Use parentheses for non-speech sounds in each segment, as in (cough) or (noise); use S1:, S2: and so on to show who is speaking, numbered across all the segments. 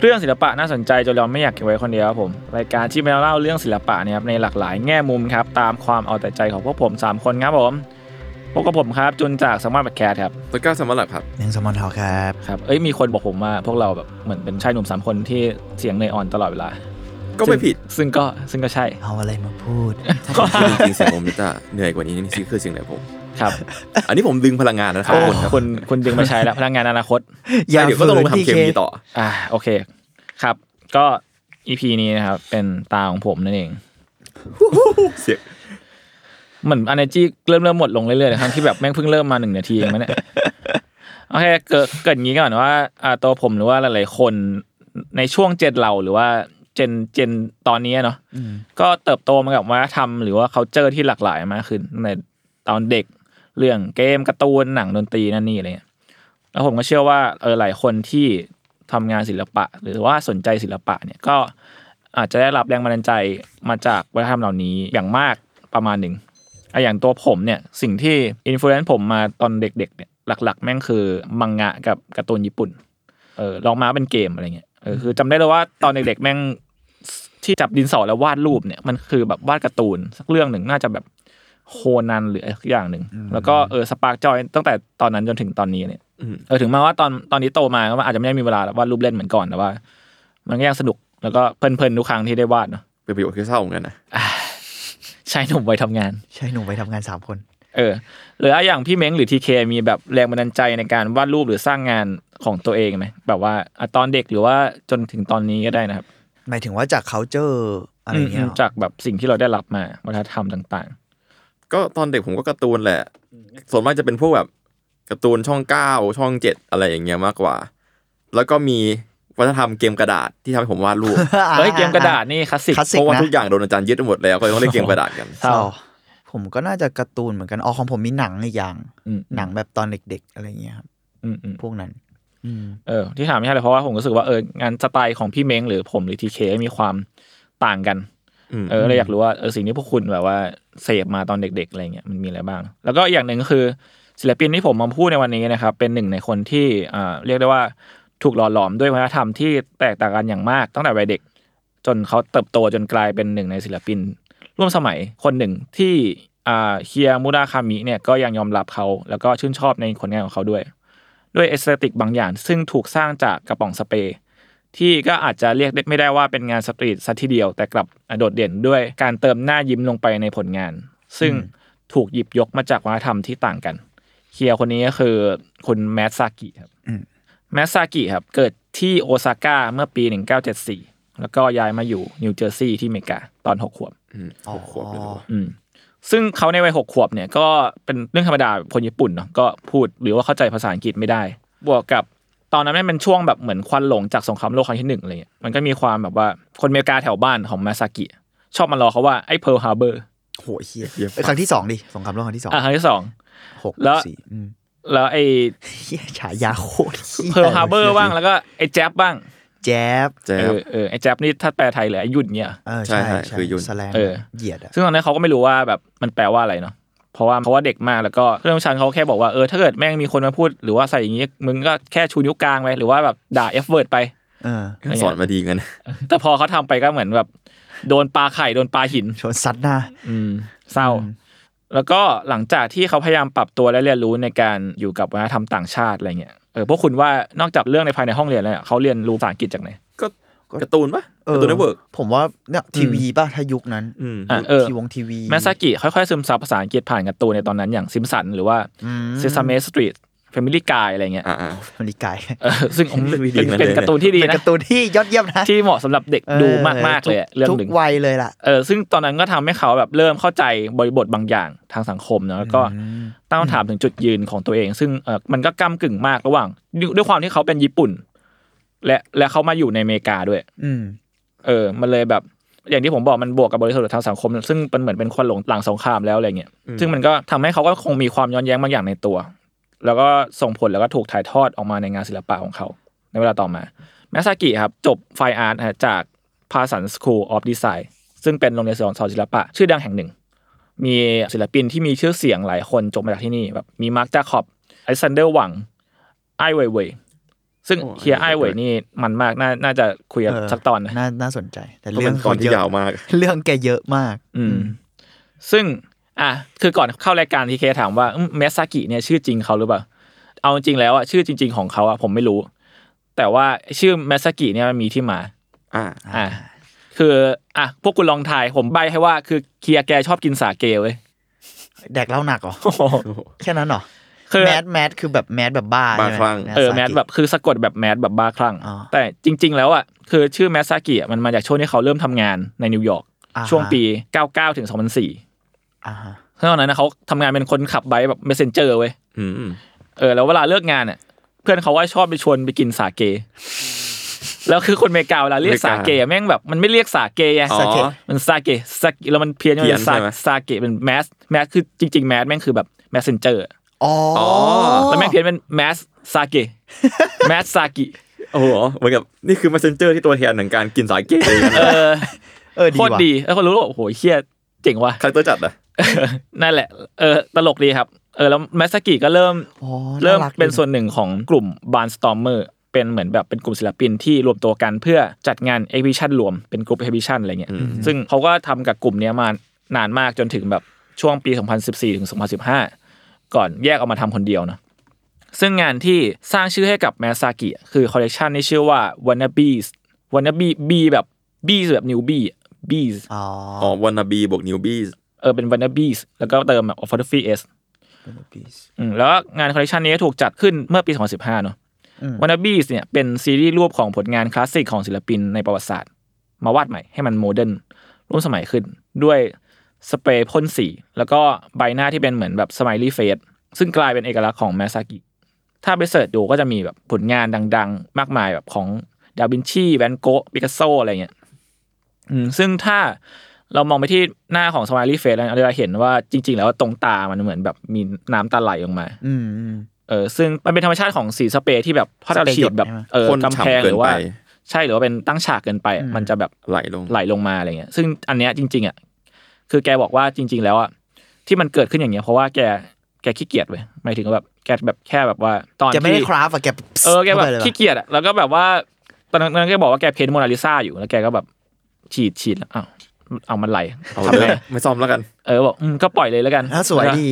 S1: เรื่องศิลปะน่าสนใจจนเราไม่อยากเก็บไว้คนเดียวครับผม รายการที่มาเล่าเรื่องศิลปะเนี่ยครับในหลากหลายแง่มุมครับ ตามความเอาแต่ใจของพวกผม 3 คนครับผมพบกับผมครับ จุนจากสมาร์ทแคสครับ
S2: ตะกร้าสมรับครับ
S3: ยังสมอนทอครับ
S1: ครับ เอ้ยมีคนบอกผมว่าพวกเราแบบเหมือนเป็นชายหนุ่ม 3 คนที่เสียงเหนอยอ่อนตลอดเวลา
S2: ก็ไม่ผิด
S1: ซึ่งก็ซึ่งก็ใช่
S2: (laughs)
S3: เอาอะไรมาพูด
S1: ก็
S2: จริงๆเสียงผมจะเหนื่อยกว่านี้นี่คือเสียงไหนผม
S1: ครับ
S2: อันนี้ผมดึงพลังงานนะครับคนครับ
S1: คุณคุณดึงมาใช้แล้วพลังงานอนาคต
S3: อย่า
S2: เดี๋ยวก็ต้องลงไปทำเคมีต่อ
S1: อ่าโอเคครับ ก็ EP นี้นะครับเป็นตาของผมนั่นเอง
S2: เสียง
S1: เหมือน energy เริ่มเริ่มหมดลงเรื่อยๆนะครับที่แบบแม่งเพิ่งเริ่มมาหนึ่งนาทีเองมั้งเนี่ย โอเคเกิดเกิดอย่างงี้ก่อนว่าอ่าตัวผมหรือว่าหลายๆคนในช่วงเจนเราหรือว่าเจนเจนตอนนี้เนาะก็เติบโตมากับวัฒนธรรมหรือว่าเขาเจอที่หลากหลายมากขึ้นในตอนเด็กเรื่องเกมการ์ตูนหนังดนตรีนั่นนี่อะไรเงี้ยแล้วผมก็เชื่อว่าเออหลายคนที่ทำงานศิลปะ หรือว่าสนใจศิลปะเนี่ยก็อาจจะได้รับแรงบันดาลใจมาจากวัฒนธรรมเหล่านี้อย่างมากประมาณหนึ่ง อะอย่างตัวผมเนี่ยสิ่งที่อิ f ฟ u e n c e ผมมาตอนเด็กๆเนี่ยหลัก ๆ แม่งคือมังงะกับการ์ตูนญี่ปุ่นเออลองมาเป็นเกมอะไรเงี้ยเออคือจำได้เลยว่าตอนเด็กๆแม่งที่จับดินสอแล้ววาดรูปเนี่ยมันคือแบบวาดการ์ตูนสักเรื่องหนึ่งน่าจะแบบโคนันหรืออะไรสักอย่างหนึ่งแล้วก็เออสปาร์กจอยตั้งแต่ตอนนั้นจนถึงตอนนี้เนี่ยเออถึงแม้ว่าตอนตอนนี้โตมาก็อาจจะไม่ได้มีเวลาวาดรูปเล่นเหมือนก่อนแต่ว่า มันก็ยังสนุกแล้วก็เพลินๆทุกครั้งที่ได้วาดเนาะ
S2: เป็นประโยคที่เศร้าเหมือนกันนะ
S1: (laughs) ใช้หนุ่มวัยทำงาน
S3: ใช่หนุ่มไปทำงานสามคน
S1: เออหรืออย่างพี่เม้งหรือทีเคมีแบบแรงบันดาลใจในการวาดรูปหรือสร้างงานของตัวเองไหมแบบว่าอ่ะตอนเด็กหรือว่าจนถึงตอนนี้ก็ได้นะครับ
S3: หมายถึงว่าจากเขาเจออะไรเงี้ย
S1: อืมจากแบบสิ่งที่เราได้รับมาวัฒนธรรมต่าง
S2: ก็ตอนเด็กผมก็การ์ตูนแหละ ส่วนมากจะเป็นพวกแบบการ์ตูนช่องเก้าช่องเจ็ดอะไรอย่างเงี้ยมากกว่า แล้วก็มีวัฒนธรรมเกมกระดาษที่ทำให้ผมวาดรูป
S1: ๆ เฮ้ยเกมกระดาษนี่คลาสสิก
S3: คลาส
S2: (laughs)
S3: สิ
S2: เพ
S3: ก
S2: ราะว่า
S3: นะ
S2: ทุกอย่างโดนอาจารย์ยึดไปหมดแล้วก็เลยต้องเล่นเกมกระดาษกัน
S1: เศร้า
S3: ผมก็น่าจะการ์ตูนเหมือนกันอ๋อของผมมีหนังอีกอย่าง
S1: อืม
S3: หนังแบบตอนเด็ก ๆ อะไรเงี้ยครับ
S1: อืมอืม
S3: พวกนั้น อืม
S1: เออที่ถามไม่ใช่เลยเพราะว่าผมรู้สึกว่าเอองานสไตล์ของพี่เม้งหรือผมหรือทีเคมีความต่างกัน
S2: อืม
S1: เออเลยอยากรู้ว่าเออสิ่งที่พวกคุณแบบว่าเสพมาตอนเด็กๆอะไรเงี้ยมันมีอะไรบ้าง แล้วก็อีกอย่างหนึ่งก็คือศิลปินที่ผมมาพูดในวันนี้นะครับเป็นหนึ่งในคนที่อ่าเรียกได้ว่าถูกหล่อหลอมด้วยวัฒนธรรมที่แตกต่างกันอย่างมากตั้งแต่วัยเด็ก จนเขาเติบโตจนกลายเป็นหนึ่งในศิลปิน ร่วมสมัยคนหนึ่งที่อ่าเคียมุราคามิเนี่ยก็ยังยอมรับเขาแล้วก็ชื่นชอบในผลงานของเขาด้วย ด้วยเอสเตติกบางอย่าง ซึ่งถูกสร้างจากกระป๋องสเปรย์ ที่ก็อาจจะเรียกได้ไม่ได้ว่าเป็นงานสตรีทซะทีเดียวแต่กลับโดดเด่นด้วยการเติมหน้ายิ้มลงไปในผลงาน ซึ่งถูกหยิบยกมาจากวัฒนธรรมที่ต่างกัน เคียร์คนนี้ก็คือคุณแมทซากิครับ
S3: อืม
S1: แมทซากิครับ เกิดที่โอซาก้าเมื่อปี 1974 แล้วก็ย้ายมาอยู่นิวเจอร์ซีย์ที่อเมริกาตอน 6 ขวบ
S2: อืม
S3: อ๋อ
S2: ขวบเลยเหรอ
S1: อืมซึ่งเขาในวัยหกขวบเนี่ยก็เป็นเรื่องธรรมดาคนญี่ปุ่นเนาะก็พูดหรือว่าเข้าใจภาษาอังกฤษไม่ได้ บวกกับตอนนั้นมันเป็นช่วงแบบเหมือนควันหลงจากสงครามโลกครั้งที่หนึ่งอะไรเงี้ยมันก็มีความแบบว่าคนอเมริกาแถวบ้านของมาซากิ ชอบมารอเขาว่าไอ้เพิร์ลฮาร์เบอร์
S3: โหเฮียเอ้ยครั้งที่สองดิสงครามโลกครั้งที่สอง
S1: อ่ะครั้งที่สอง
S3: หกสี่อืม
S1: แล้วไอ้
S3: เฮียฉายาโคตรหี้ย
S1: เพิร์ลฮาร์เบอร์บ้างแล้วก็ไอ้แจ๊บบ้าง
S3: แจ๊บ
S2: แจ๊
S1: เอบ อเออไอ้แจ๊บนี่ถ้าแปลไทยเหลยไอ้หยุ่นเนี่ย
S3: เออใช่
S2: ใช่ใช่
S3: ใช่
S2: คือยุ่น
S3: แสแลง
S1: เออ
S3: เหยียดอะ
S1: ซึ่งตอนนั้นเขาก็ไม่รู้ว่าแบบมันแปลว่าอะไรเนาะ เพราะว่าเพราะว่าเด็กมากแล้วก็เพื่อนร่วมชั้นเขาแค่บอกว่าเออถ้าเกิดแม่งมีคนมาพูดหรือว่าใส่อย่างนี้มึงก็แค่ชูนิ้วกลางไปหรือว่าแบบด่า F word ไป
S3: เออ
S2: สอนมาดีกัน
S1: แต่พอเขาทำไปก็เหมือนแบบโดนปลาไข่โดนปลาหิน
S3: ชนซัดหน้า
S1: อืมเศร้า
S3: อืม
S1: แล้วก็หลังจากที่เขาพยายามปรับตัวและเรียนรู้ในการอยู่กับวัฒนธรรมต่างชาติอะไรเงี้ยเออพวกคุณว่านอกจากเรื่องในภายในห้องเรียนแล้วเนี่ยเขาเรียนรู้ภาษาอังกฤษจากไหน
S2: ก็การ์ตูนปะการ์ตูนเน็ตเวิร์ก
S3: ผมว่าเนี่ยทีวีป่ะถ้ายุคนั้น
S2: อืม
S1: อ่ะเออ
S3: ทีวงทีวี
S1: แมสซากิค่อยๆซึมซับภาษาอังกฤษผ่านการ์ตูนในตอนนั้นอย่างซิมสันหรือว่าเซซามีสตรีทแฟมิลี่กายอะไรเงี้ย
S2: อ่า
S3: มันดีกาย
S1: เออ (laughs) ซึ่งอืม
S2: เรื่องดี
S1: เป็น
S2: ๆนั่นเล
S1: เป็
S2: ย
S1: นการ์ตูนที่ดี
S3: เป็น
S1: นะ
S3: การ์ตูนที่ยอดเยี่ยมนะ
S1: ที่เหมาะสำหรับเด็ก
S3: ออ
S1: ดูมากๆเลยอะเรื่อง
S3: ทุก
S1: หนึ่ง
S3: วัยเลยล่ะ
S1: เออซึ่งตอนนั้นก็ทำให้เขาแบบเริ่มเข้าใจบริบทบางอย่างทางสังคมเนอะแล้วก็ตั้งคำถามถึงจุดยืนของตัวเอง ซึ่งเออมันก็ก้ากึ่งมากระหว่างด้วยด้วยความที่เขาเป็นญี่ปุ่น และและเขามาอยู่ในอเมริกาด้วย
S3: อืม
S1: เออ มันเลยแบบ อย่างที่ผมบอกมันบวกกับบริบททางสังคม ซึ่งมันเหมือนเป็นคนหลงหลังสงครามแล้วอะไรเงี้ยซึ่งมันก็ทำให้เขาก็คงมีความย้อนแย้งบางอย่างในตัว แล้วก็ส่งผลแล้วก็ถูกถ่ายทอดออกมาในงานศิลปะของเขา ในเวลาต่อมาแมสซากิครับ จบไฟอาร์ตจากพาสันสคูลออฟดีไซน์ซึ่งเป็นโรงเรียนสอนศิลปะ ชื่อดังแห่งหนึ่ง มีศิลปินที่มีชื่อเสียงหลายคนจบมาจากที่นี่แบบมีมาร์คจาคอบไอซันเดอร์หวังไอเว่ยเว่ยซึ่ง
S2: โอ้
S1: เฮียไอเว่ยนี่มันมากน่าน่าจะคุยกัน
S3: เออ
S1: สักตอนนะ
S3: น่าน่าสนใจ แต่
S2: ๆเพราะ
S3: เรื่
S2: มั
S3: อง
S2: นตอน
S3: เขาเย
S2: ที่
S3: อะ
S2: ยาวมาก
S3: เรื่องแกเยอะมาก
S1: อืมซึ่งอ่ะคือก่อนเข้ารายการทีเคถามว่าอืมเมสซากิเนี่ยชื่อจริงเขาหรือเปล่า เอาจริงๆแล้วอ่ะชื่อจริง ๆของเขาอ่ะผมไม่รู้ แต่ว่าชื่อเมสซากิเนี่ยมันมีที่มา
S2: อ่า
S1: อ่ะคืออ่ะพวกคุณลองทายผมใบให้ว่าคือเคียแกชอบกินสาเกเว้ย
S3: (laughs) แดกเหล้าหนักเหรอ แค่นั้นเหรอ
S1: คือ
S3: แมสแมสคือแบบแมสแบบบ้า
S2: บ้า
S3: ใช่ไห
S2: คลั่ง
S1: เออ
S3: สากิ
S1: แมสแบบคือสะกดแบบแมสแบบบ้าคลั่ง
S3: อ๋อ
S1: แต่จริง ๆ แล้วอ่ะคือชื่อเมสซากิอ่ะมันมาจากช่วงที่เขาเริ่มทำงานในนิวยอร์ก
S3: อ่าฮะ
S1: ช่วงปี 99ถึง2004
S3: อ่าฮะ
S1: เพราะตอนนั้นนะเขาทำงานเป็นคนขับไบค์แบบเมสเซนเจอร์เว้ย
S2: อืมอืม
S1: เออแล้วเวลาเลิกงานเนี่ยเพื่อนเขาว่าชอบไปชวนไปกินสาเก แล้วคือคนอเมริกาเวลาเรียกสาเกอะแม่งแบบมันไม่เรียกสาเกอะ
S2: อ๋อ
S1: มันสาเกสาเกแล้วมันเพี้ยน
S2: เพี้ยน
S1: มันสา
S2: ใช่ไหม
S1: สาเกเป็นแมสแมสคือจริงๆแมสแม่งคือแบบแมสเซนเจอร์
S3: อ๋ออ
S2: อ๋อ
S1: แล้วแม่งเพี้ยนเป็นแมสสาเกแมสสากิ
S2: โอ้โหเหมือนกับนี่คือมาเซนเจอร์ที่ตัวแทนของการกินสาเกเลยนะ
S1: เออ
S3: เออดี
S1: โคตร
S3: ว่ะ
S1: ดีแล้วคนรู้ว่าโอ้โหเฮียเจ๋งว่ะ
S2: คาแรคเตอร์จัดอะ
S1: (laughs) นั่นแหละเออตลกดีครับเออแล้วแมสสากิก็เริ่ม
S3: อ๋อ
S1: เริ่ม
S3: ารักดีะ
S1: เป็นส่วนหนึ่งของกลุ่ม Barnstormer เป็นเหมือนแบบเป็นกลุ่มศิลปินที่รวมตัวกันเพื่อจัดงานเอ็กซิบิชันรวมเป็นกลุ่มเอ็กซิบิชันอะไรเงี้ยซึ่งเขาก็ทำกับกลุ่มเนี้ยมานานมากจนถึงแบบช่วงปี 2014 ถึง 2015 ก่อนแยกออกมาทำคนเดียวเนอะซึ่งงานที่สร้างชื่อให้กับแมซากิคือคอลเลกชันที่ชื่อว่า Wannabes Wannabe B แบบ B แบบ newbie Bees
S3: อ๋อ
S2: อ๋อวันนาบีบวกนิวบี้
S1: เออเป็น Wannabes แล้วก็เติมแบบ of photography S อืมแล้วก็งานคอลเลกชันนี้ถูกจัดขึ้นเมื่อปี 2015 เนอะวันนาบีสเนี่ยเป็นซีรีส์รวบของผลงานคลาสสิกของศิลปินในประวัติศาสตร์ มาวาดใหม่ให้มันโมเดิร์นร่วมสมัยขึ้น ด้วยสเปรย์พ่นสี แล้วก็ใบหน้าที่เป็นเหมือนแบบสไมลี่เฟสซึ่งกลายเป็นเอกลักษณ์ของแมซากิ ถ้าไปเสิร์ชดูก็จะมีแบบผลงานดัง ๆ มากมายแบบของดาวินชีแวนโกะปิกัสโซอะไรเงี้ยอืมซึ่งถ้าเรามองไปที่หน้าของสไมลี่เฟสแล้วเราจะเห็นว่าจริง ๆ แล้วตรงตามันเหมือนแบบมีน้ำตาไหลออกมา
S3: อืมอืม
S1: เออซึ่งมันเป็นธรรมชาติของสีสเปรย์ที่แบบพอเราฉีดแบบ
S3: สเปร
S1: เออกำแพง
S2: คน
S3: ย์หยดใช่ไหม
S2: ฉ่ำเกิ
S1: ห
S2: น
S1: รือ
S2: ไป
S1: ว่า ใช่หรือว่าเป็นตั้งฉากเกินไปอะมันจะแบบ
S2: ไหลลง
S1: ไหลลงมาอะไรเงี้ย ซึ่งอันเนี้ยจริง ๆอ่ะคือแกบอกว่าจริง ๆ แล้วอ่ะที่มันเกิดขึ้นอย่างเงี้ยเพราะว่าแกแกขี้เกียจเว้ยหมายถึงว่าแบบแกแบบแค่แบบว่าตอน
S3: แกไม่ได้
S1: ที่
S3: คราฟอะแก
S1: เออแกแบบ
S3: เข้าไปเลยะ
S1: ขี้เกียจอ่ะแล้วก็แบบว่าตอนนั้นตอนนั้นแกบอกว่าแกเพ้นโมนาลิซาอยู่แล้วแกก็แบบฉีดฉีดแล้วอ้าวเอามันไหล
S2: เอา
S1: ทำ
S2: เล
S1: ไง
S2: ยไม่ซ่อมแล้วกัน
S1: เออบอกอืมก็ปล่อยเลยแล้วกัน
S3: อ่ะสวยดี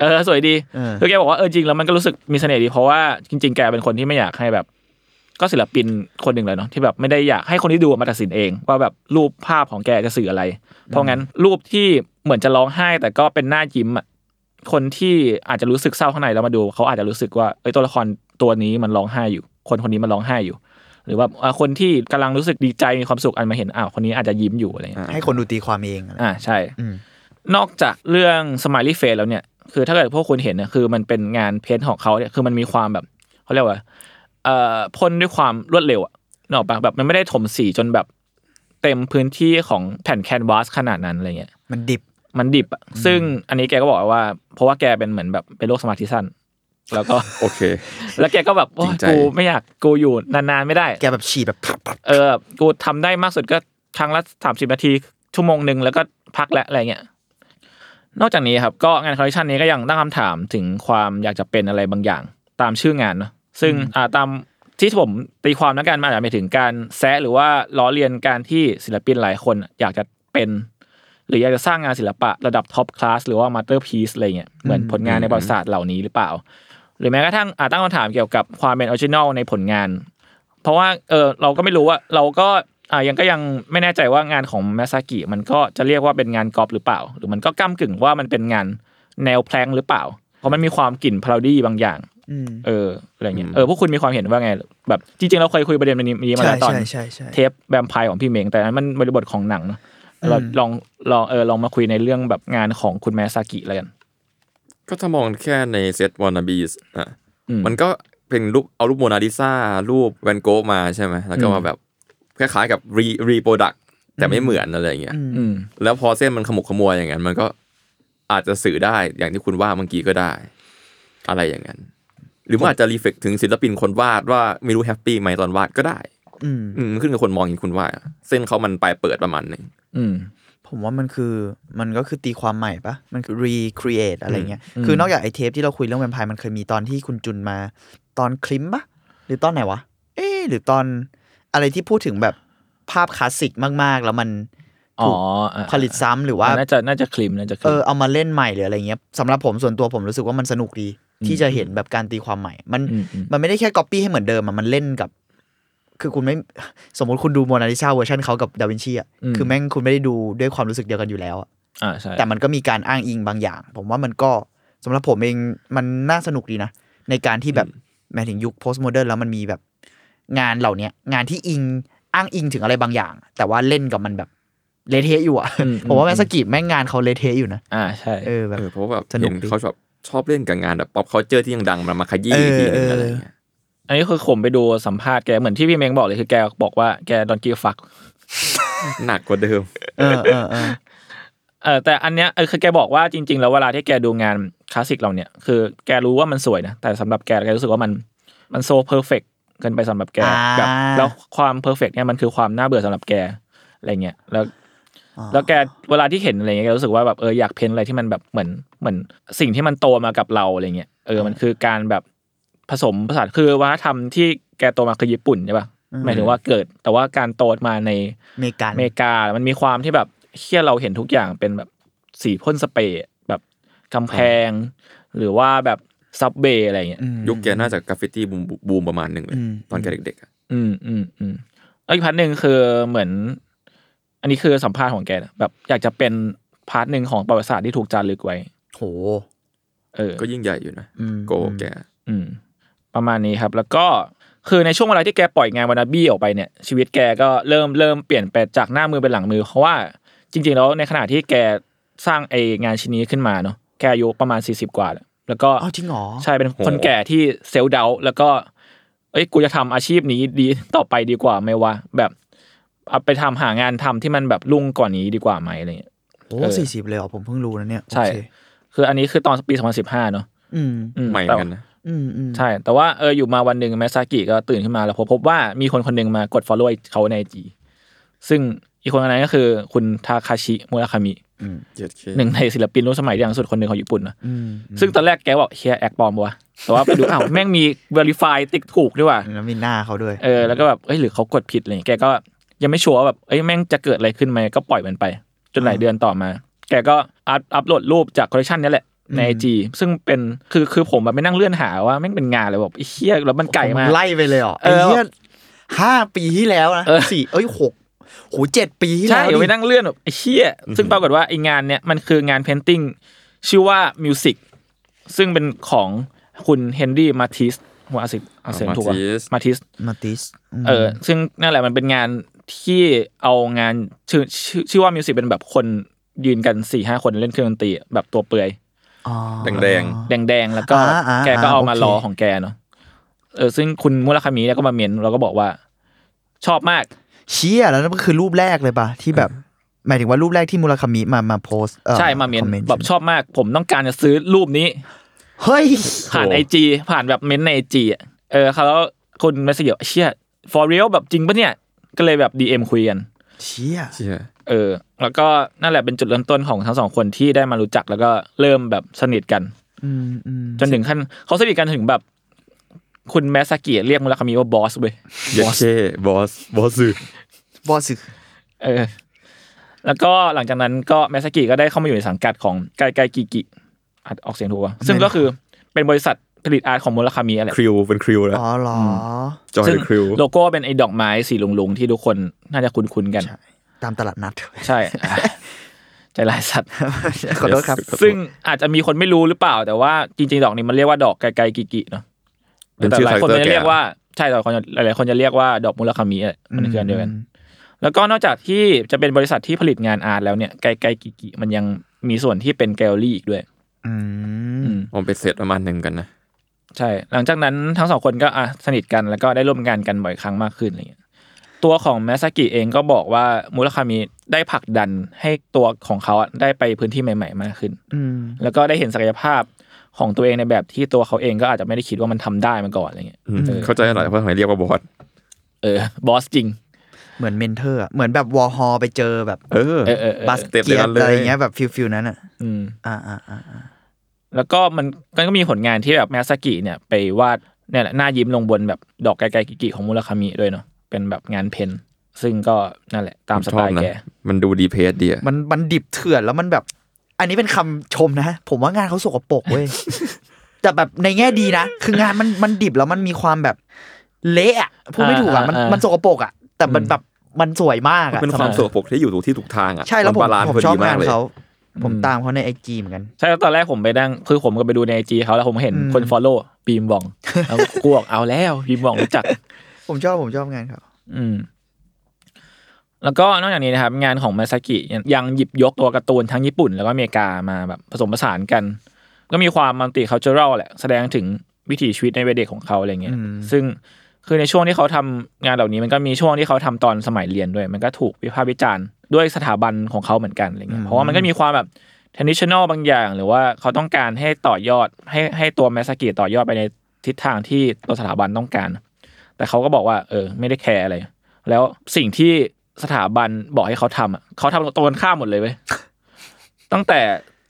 S1: เออสวยดี
S3: เออ
S1: คือแกบอกว่าเออจริงแล้วมันก็รู้สึกมีเสน่ห์ดีเพราะว่าจริง ๆ แกเป็นคนที่ไม่อยากให้แบบ ก็ศิลปินคนหนึ่งเลยเนาะที่แบบไม่ได้อยากให้คนที่ดูมาตัดสินเอง ว่าแบบรูปภาพของแกจะสื่ออะไร เพราะงั้นรูปที่เหมือนจะร้องไห้ แต่ก็เป็นหน้ายิ้มอะคนที่อาจจะรู้สึกเศร้าข้างในแล้วมาดู เขาอาจจะรู้สึกว่าเอ้ยตัวละครตัวนี้มันร้องไห้อยู่ คนคนนี้มันร้องไห้อยู่ หรือว่าอ่ะคนที่กำลังรู้สึกดีใจมีความสุขอันมาเห็นอ้าวคนนี้อาจจะยิ้มอยู่อะไรอย่างเงี้ย
S3: ให้คนดูตีความเองอะไร
S1: อ่าใช่
S3: อืม
S1: นอกจากเรื่องสม l ลี่เฟ e แล้วเนี่ย คือถ้าเกิดพวกคุณเห็นเนี่ยคือมันเป็นงานเพ้นท์ของเขาเนี่ยคือมันมีความแบบเขาเรียกว่าเอ่อพ่นด้วยความรวดเร็วอะนกออกปะแบบมันไม่ได้ถมสีจนแบบเต็มพื้นที่ของแผ่นแคนวาสขนาดนั้นอะไรเงี้ย
S3: มันดิบ
S1: มันดิบอะซึ่งอันนี้แกก็บอกว่า เพราะว่าแกเป็นเหมือนแบบเป็นโรคสมาธิสั้น แล้วก็
S2: โอเค
S1: แล้วแกก็แบบโอ้
S2: จริงใจ
S1: กูไม่อยากกูอยู่นานๆไม่ได้
S3: แกแบบฉีดแบบ
S1: เออ กูทำได้มากสุดก็ครั้งละสามสิบนาทีชั่วโมงหนึ่งแล้วก็พักและอะไรเงี้ย นอกจากนี้ครับก็งานคอลเลคชันนี้ก็ยังตั้งคำถามถึงความอยากจะเป็นอะไรบางอย่าง ตามชื่องานเนาะซึ่งอ่าตามที่ผมตีความแล้วกันมันอาจจะไปถึงการแซะหรือว่าล้อเลียนการที่ศิลปินหลายคนอยากจะเป็น หรืออยากจะสร้างงานศิลปะระดับท็อปคลาสหรือว่ามาสเตอร์พีซอะไรเงี้ยเหมือนผลงานในประวัติศาสตร์เหล่านี้หรือเปล่า หรือแม้กระทั่งอาจตั้งคำถามเกี่ยวกับความเป็นออริจินอลในผลงาน เพราะว่าเออเราก็ไม่รู้ว่าเราก็อ่ายังก็ยังไม่แน่ใจว่างานของแมซากิมันก็จะเรียกว่าเป็นงานกอล์ฟหรือเปล่า หรือมันก็ก้ากึ่งว่ามันเป็นงานแนวแพลงหรือเปล่า เพราะมันมีความกลิ่นพาราดี้บางอย่าง
S3: อืม
S1: เอออะไรเงี้ยเออพวกคุณมีความเห็นว่าไงแบบจริงๆเราเคยคุยประเด็นนี้มา
S3: ใช่
S1: แล้วตอน
S3: ใช่ใช่ใช่
S1: เทปแวมไพร์ของพี่เมง แต่อันนั้นมันบริบทของหนังเนอะเราลองลองเออลองมาคุยในเรื่องแบบงานของคุณแมซากิแล้วกัน
S2: ก็ถ้ามองแค่ในเซตวอนาบีสอ่ะ
S1: อืม
S2: มันก็เป็นรูปเอารูปโมนาลิซารูปแวนโก๊มาใช่ไหมแล้วก็
S1: อืม
S2: มาแบบคล้ายๆกับรีรีโปรดักแต่ไม่เหมือนอะไรอย่างเงี้ย
S1: อืม
S2: แล้วพอเส้นมันขมุกขมัวอย่างนั้น มันก็อาจจะสื่อได้อย่างที่คุณว่าเมื่อกี้ก็ได้ อะไรอย่างนั้น หรือมันอาจจะรีเฟกถึงศิลปินคนวาดว่าไม่รู้แฮปปี้ไหมตอนวาดก็ได้
S3: อืม
S2: อืมมันขึ้นกับคนมองอย่างคุณว่าดเส้นเขามันปลายเปิดประมาณหนึ่ง
S1: อืม
S3: ผมว่ามันคือมันก็คือตีความใหม่ปะมันคือ recreate อะไรเงี้ย
S1: อืม
S3: คือนอกจากไอเทปที่เราคุยเรื่องแวมไพร์มันเคยมีตอนที่คุณจุนมา ตอนคลิมปะหรือตอนไหนวะ เอ๊ะหรือตอนอะไรที่พูดถึงแบบภาพคลาสสิกมาก ๆ แล้วมัน
S1: อ๋
S3: ถู
S1: อก อ่ะ
S3: ผลิตซ้ำหรือว่า
S1: อ่ะน่าจะน่าจะคลิมน่าจะค
S3: เอ
S1: ลิม
S3: อเอามาเล่นใหม่หรืออะไรเงี้ยสำหรับผมส่วนตัวผมรู้สึกว่ามันสนุกดี ที่จะเห็นแบบการตีความใหม่ มัน
S1: อืมอืม
S3: มันไม่ได้แค่ก๊อปปี้ให้เหมือนเดิมอะมันเล่นกับ คือคุณไม่ (laughs) สมมติคุณดูโมนาลิซาเวอร์ชันเขากับดาวินชีอะคือแม่งคุณไม่ได้ดูด้วยความรู้สึกเดียวกันอยู่แล้วอะ
S1: อ่าใช่
S3: แต่มันก็มีการอ้างอิงบางอย่าง ผมว่ามันก็สำหรับผมเองมันน่าสนุกดีนะ ในการที่แบบแม้ถึงยุคโพสต์โมเดิร์นแล้วมันมีแบบ งานเหล่าเนี้ยงานที่อิงอ้างอิงถึงอะไรบางอย่าง แต่ว่าเล่นกับมันแบบเละเทะอยู่อะผมว่าแม่งสกิปแม่งงานเขาเละเทะอยู่นะ
S1: อ่าใช่
S3: เออแบบ
S2: เออเพราะว่าแบบ
S3: สนุ
S2: เห็
S3: ก
S2: น
S3: ดิ
S2: เขาแบบชอบเล่นกับงานแบบป๊อปเคาเจอร์ที่ยังดังมามาขยี้
S3: เออ
S2: อีกทีนึง
S3: เอออ
S2: อะไรอย่างเงี้ย
S1: อันนี้คือผมไปดูสัมภาษณ์แกเหมือนที่พี่เมงบอกเลยคือแกบอกว่าแกดอนกี้ฟัก
S2: หนักกว่าเดิม
S3: เออเออเออ
S1: เออแต่อันเนี้ยเออคือแกบอกว่าจริง ๆ แล้วเวลาที่แกดูงานคลาสสิกเราเนี่ยคือแกรู้ว่ามันสวยนะแต่สำหรับแกแกรู้สึกว่ามันมันโซเพอร์เฟกเกินไปสำหรับแก
S3: อ่า
S1: แบบแล้วความเพอร์เฟกเนี่ยมันคือความน่าเบื่อสำหรับแกอะไรเงี้ยแล้ว แล้วแกเวลาที่เห็นอะไรเงี้ยแกรู้สึกว่าแบบเอออยากเพ้นอะไรที่มันแบบเหมือนเหมือนสิ่งที่มันโตมากับเราอะไรเงี้ยเออมันคือการแบบผสมผสานคือวัฒนธรรมที่แกโตมาคือญี่ปุ่นใช่ปะหมายถึงว่าเกิดแต่ว่าการโตมาใน
S3: อเมริกัน
S1: อเมริกา มันมีความที่แบบเชี่ยเราเห็นทุกอย่างเป็นแบบสีพ่นสเปรย์แบบกำแพง หรือว่าแบบซับเบย์อะไรอย่างเงี้ย
S2: ยุคแกน่าจะกราฟฟิตี้บูมบูมประมาณหนึ่งเลย
S3: อืม
S2: ตอนแกเด็กๆอะ
S1: อืมอืมอืมแล้วอีกพาร์ทหนึ่งคือเหมือน อันนี้คือสัมภาษณ์ของแกนะแบบอยากจะเป็นพาร์ทหนึ่งของประวัติศาสตร์ที่ถูกจารึกไว้
S3: โห
S1: เออ
S2: ก็ยิ่งใหญ่อยู่นะ
S3: อืม
S2: โกแก
S1: อืม ประมาณนี้ครับ แล้วก็คือในช่วงเวลาที่แกปล่อยงานวานาบี้ออกไปเนี่ย ชีวิตแกก็เริ่มเริ่มเปลี่ยนไปจากหน้ามือเป็นหลังมือ เพราะว่าจริง ๆ แล้วในขณะที่แกสร้างไองานชิ้นนี้ขึ้นมาเนาะแกอายุประมาณ 40 กว่าแล้วแล้วก็
S3: อ้าวจริงเหรอ
S1: ใช่เป็นคน
S2: โห
S1: แก่ที่เซลล์เดาแล้วก็ เอ้ยกูจะทำอาชีพนี้ดีต่อไปดีกว่าไหมวะแบบเอาไปทำหางานทำที่มันแบบรุ่งกว่านี้ดีกว่าไหมอะไรอย่างเงี้ย
S3: โอ้
S1: เออ
S3: สี่สิบเลยเหรอ ผมเพิ่งรู้นะเนี่ย
S1: ใช่
S3: โอเค
S1: คืออันนี้คือตอนปี 2015เนาะ
S3: อืม
S1: อื
S2: ใหม่เหมื
S1: แต่
S2: อนกันนะ
S3: อืมอืม
S1: ใช่ แต่ว่าเอออยู่มาวันหนึ่งแมซากิก็ตื่นขึ้นมาแล้วพบพบว่ามีคนคนหนึ่งมากด follow เขาในจี ซึ่งอีกคนคนนั้นก็คือคุณทาคาชิมูราคามิ
S2: 7K
S1: หนึ่งในศิลปินรุ่นสมัยที่ดังสุดคนหนึ่งของญี่ปุ่นนะ
S3: อืม
S1: ซึ่งตอนแรกแกบอกเชียแอคปลอมปะวะแต่ว่าไปดู อ้าวแม่งมี verify ติ๊กถูกด้วยว่ะ
S3: แล้วมีหน้าเขาด้วย
S1: เออแล้วก็แบบเอ้ยหรือเขากดผิดอะไรอย่างเงี้ยแกก็ยังไม่ชัวร์ว่าแบบเอ้ยแม่งจะเกิดอะไรขึ้นไหมก็ปล่อยมันไป จนหลายเดือนต่อมา แกก็อัพอัพโหลดรูปจากคอลเลคชันนี้แหละในจีซึ่งเป็นคือคือผมแบบไปนั่งเลื่อนหาว่าแม่งเป็นงานอะไรแบบไอ้เหี้ยแล้วมันไก่มาก
S3: ไล่ไปเลยเหรอ
S1: เอ
S3: ไอ้
S1: อ
S3: เหี้ยห้าปีที่แล้วนะ
S1: เออ
S3: สี่เอ้ยหกโหเจ็ดปีที่
S1: ใช่
S3: แล้ว
S1: เดี๋ยวไป
S3: ดิ
S1: นั่งเลื่อนแบบไอ้เชี่ยซึ่งปรากฏว่าไอ้งานเนี้ยมันคืองานเพนติ้งชื่อว่ามิวสิกซึ่งเป็นของคุณเฮนรี่มาติสว่าอาสิอาเสียงถูกอ่ะ
S2: Matisse
S1: มาติส
S3: มาติส
S1: เออซึ่งนั่นแหละมันเป็นงานที่เอางานชื่อชื่อชื่อว่ามิวสิกเป็นแบบคนยืนกันสี่ห้าคนเล่นเครื่องดนตรีแบบตัวเปลือย
S3: อ๋อ
S2: แดง
S1: แดงๆ แล้วก็
S3: อ่าอ่า
S1: แกก็เอามา
S3: โอเค
S1: ล้อของแกเนาะเออซึ่งคุณมุราคามิเนี่ยก็มาเมนเราก็บอกว่าชอบมาก
S3: เชี่ยแล้วนั่นก็คือรูปแรกเลยปะที่แบบหมายถึงว่ารูปแรกที่มูราคามิมามาโพสต์อ่อ
S1: ใช่มาเมน
S3: คอต์
S1: แบบชอบมาก ผมต้องการจะซื้อรูปนี้
S3: เฮ้ย
S1: ผ่านไอจีผ่านแบบเม้นต์ในไอจีเออเขาแล้วคุณมาเสียวเชี่ย for real แบบจริงปะเนี่ย ก็เลยแบบ DM คุยกัน
S3: เชี่ย
S2: เชี่ย
S1: เออ แล้วก็นั่นแหละเป็นจุดเริ่มต้นของทั้งสองคนที่ได้มารู้จักแล้วก็เริ่มแบบสนิทกัน
S3: อืมอืม
S1: จนถึงขั้นเขาสนิทกันถึงแบบ คุณแมสซากิเรียกมูราคามิว่าบอสเว้ย
S2: เยสเช่บอสบอสสึ
S3: บอสึก
S1: เออ แล้วก็หลังจากนั้นก็แมสซากิก็ได้เข้ามาอยู่ในสังกัดของไกไกกิกิอาจออกเสียงถูกป่ะซึ่งก็คือเป็นบริษัทผลิตอาร์ตของมูราคามิอะไร
S2: คริวเป็นคริวแล้ว
S3: อ๋อเหรออ
S2: จอย
S1: ซึ่ง
S2: คริว
S1: โลโก้เป็นไอ้ดอกไม้สีลุงๆ ที่ทุกคนน่าจะคุ้นๆกัน
S3: ตามตลาดนัด
S1: ใช่อ่ะ (laughs) ใจร้ายสัตว์
S3: ขอโทษครับ
S1: ซึ่งอาจจะมีคนไม่รู้หรือเปล่า แต่ว่าจริงๆ ดอกนี้มันเรียกว่าดอกไกลๆกิกิเนาะ
S2: เป็น
S1: แต่
S2: ชื่อ
S1: หลา
S2: คาย แรค
S1: คน
S2: เตอร์
S1: จะ
S2: แก
S1: เรียกว่าใช่หลายคนหลายๆคนจะเรียกว่าดอกมูราคามิอะไรมันคืออันเดียวกัน แล้วก็นอกจากที่จะเป็นบริษัทที่ผลิตงานอาร์ตแล้วเนี่ยไกลๆกิกิมันยังมีส่วนที่เป็นแกลเลอรี่อีกด้วย
S3: อืม
S1: อืม
S2: ผมเป็นเซตประมาณหนึ่งกันนะ
S1: ใช่ หลังจากนั้นทั้งสองคนก็อ่ะสนิทกันแล้วก็ได้ร่วมงานกันบ่อยครั้งมากขึ้นอะไรเงี้ย ตัวของแมสกิเองก็บอกว่ามูราคามิได้ผลักดันให้ตัวของเขาอะได้ไปพื้นที่ใหม่ ๆ มากขึ้น
S3: อืม
S1: แล้วก็ได้เห็นศักยภาพของตัวเองในแบบที่ตัวเขาเองก็อาจจะไม่ได้คิดว่ามันทำได้มาก่อนอะไรเงี้ย
S2: อืม
S1: เออ
S2: เข้าใจหลายเพราะทำไมเรียกว่าบอส
S1: เออบอสจริง
S3: เหมือนเมนเทอร์อะเหมือนแบบวอฮอไปเจอแบบ
S2: เออ
S1: เออเออเออ
S3: บัส
S2: เต็มเล
S3: เกี
S2: ย
S3: ย
S2: นั่น
S3: ร์
S2: เลย
S3: อะไรเงี้ยแบบฟิลฟิลนั้นอ่ะ
S1: อืม
S3: อ่าอ่าอ่าอ่า
S1: แล้วก็มันมันก็มีผลงานที่แบบแมสกิเนี่ยไปวาดเนี่ยแหละหน้ายิ้มลงบนแบบดอกไกลๆกิกิของมูราคามิด้วยเนาะเป็นแบบงานเพนท์ซึ่งก็นั่นแหละตามสไตล์
S2: ผชอบนะ
S1: แก
S2: มันดูดีเพสดีอะ
S3: มันมันดิบเถื่อนแล้วมันแบบ อันนี้เป็นคำชมนะ ผมว่างานเขาสกปรกเว้ย แต่แบบในแง่ดีนะ คืองานมันมันดิบแล้วมันมีความแบบ เละอะพูดไม่ถูกอะมัน
S1: อ่าอ่ามั
S3: มันสกปรกอะแต่มันแบบมันสวยมาก
S2: มัน
S3: อะ
S2: เป็นความสกปรกที่อยู่ถูกที่ถูกทางอ่ะ
S3: ใช่แล้วผม
S2: นบาลานซ์
S3: ผม
S2: พอ
S3: ชอ
S2: ดีมาง
S3: บาก น
S2: เลย
S3: เขาผม
S1: อืม
S3: ตามเขาในไอจีเหมือนกัน
S1: ใช่แล้วตอนแรกผมไปนั่งคือผมก็ไปดูในไอจีเขาแล้วผมเห็น
S3: อืม
S1: คนฟอลโล่บีมบองแล้วกูบอกเอาแล้วบีมบองรู้จัก
S3: ผมชอบผมชอบงานเขา
S1: อืม แล้วก็นอกจากนี้นะครับ งานของมาซากิยังหยิบยกตัวการ์ตูนทั้งญี่ปุ่น แล้วก็อเมริกามาแบบผสมผสานกัน ก็มีความมัลติคัลเจอรัลแหละแสดงถึงวิถีชีวิตในวัยเด็กของเขาอะไรเงี้ยซึ่งคือในช่วงที่เขาทำงานเหล่านี้มันก็มีช่วงที่เขาทำตอนสมัยเรียนด้วย มันก็ถูกวิพากษ์วิจารณ์ด้วยสถาบันของเขาเหมือนกันอะไรเงี้ยเพราะว่ามันก็มีความแบบ t ทน i ช i o น a ลบางอย่าง หรือว่าเขาต้องการให้ต่อยอดให้ให้ตัวแมสกิต่อยอดไปในทิศทางที่ตัวสถาบันต้องการ แต่เขาก็บอกว่า เออ ไม่ได้แคร์อะไร แล้วสิ่งที่สถาบันบอกให้เขาทำอ่ะเขาทำตรงกันข้ามหมดเลยเว้ย ตั้งแต่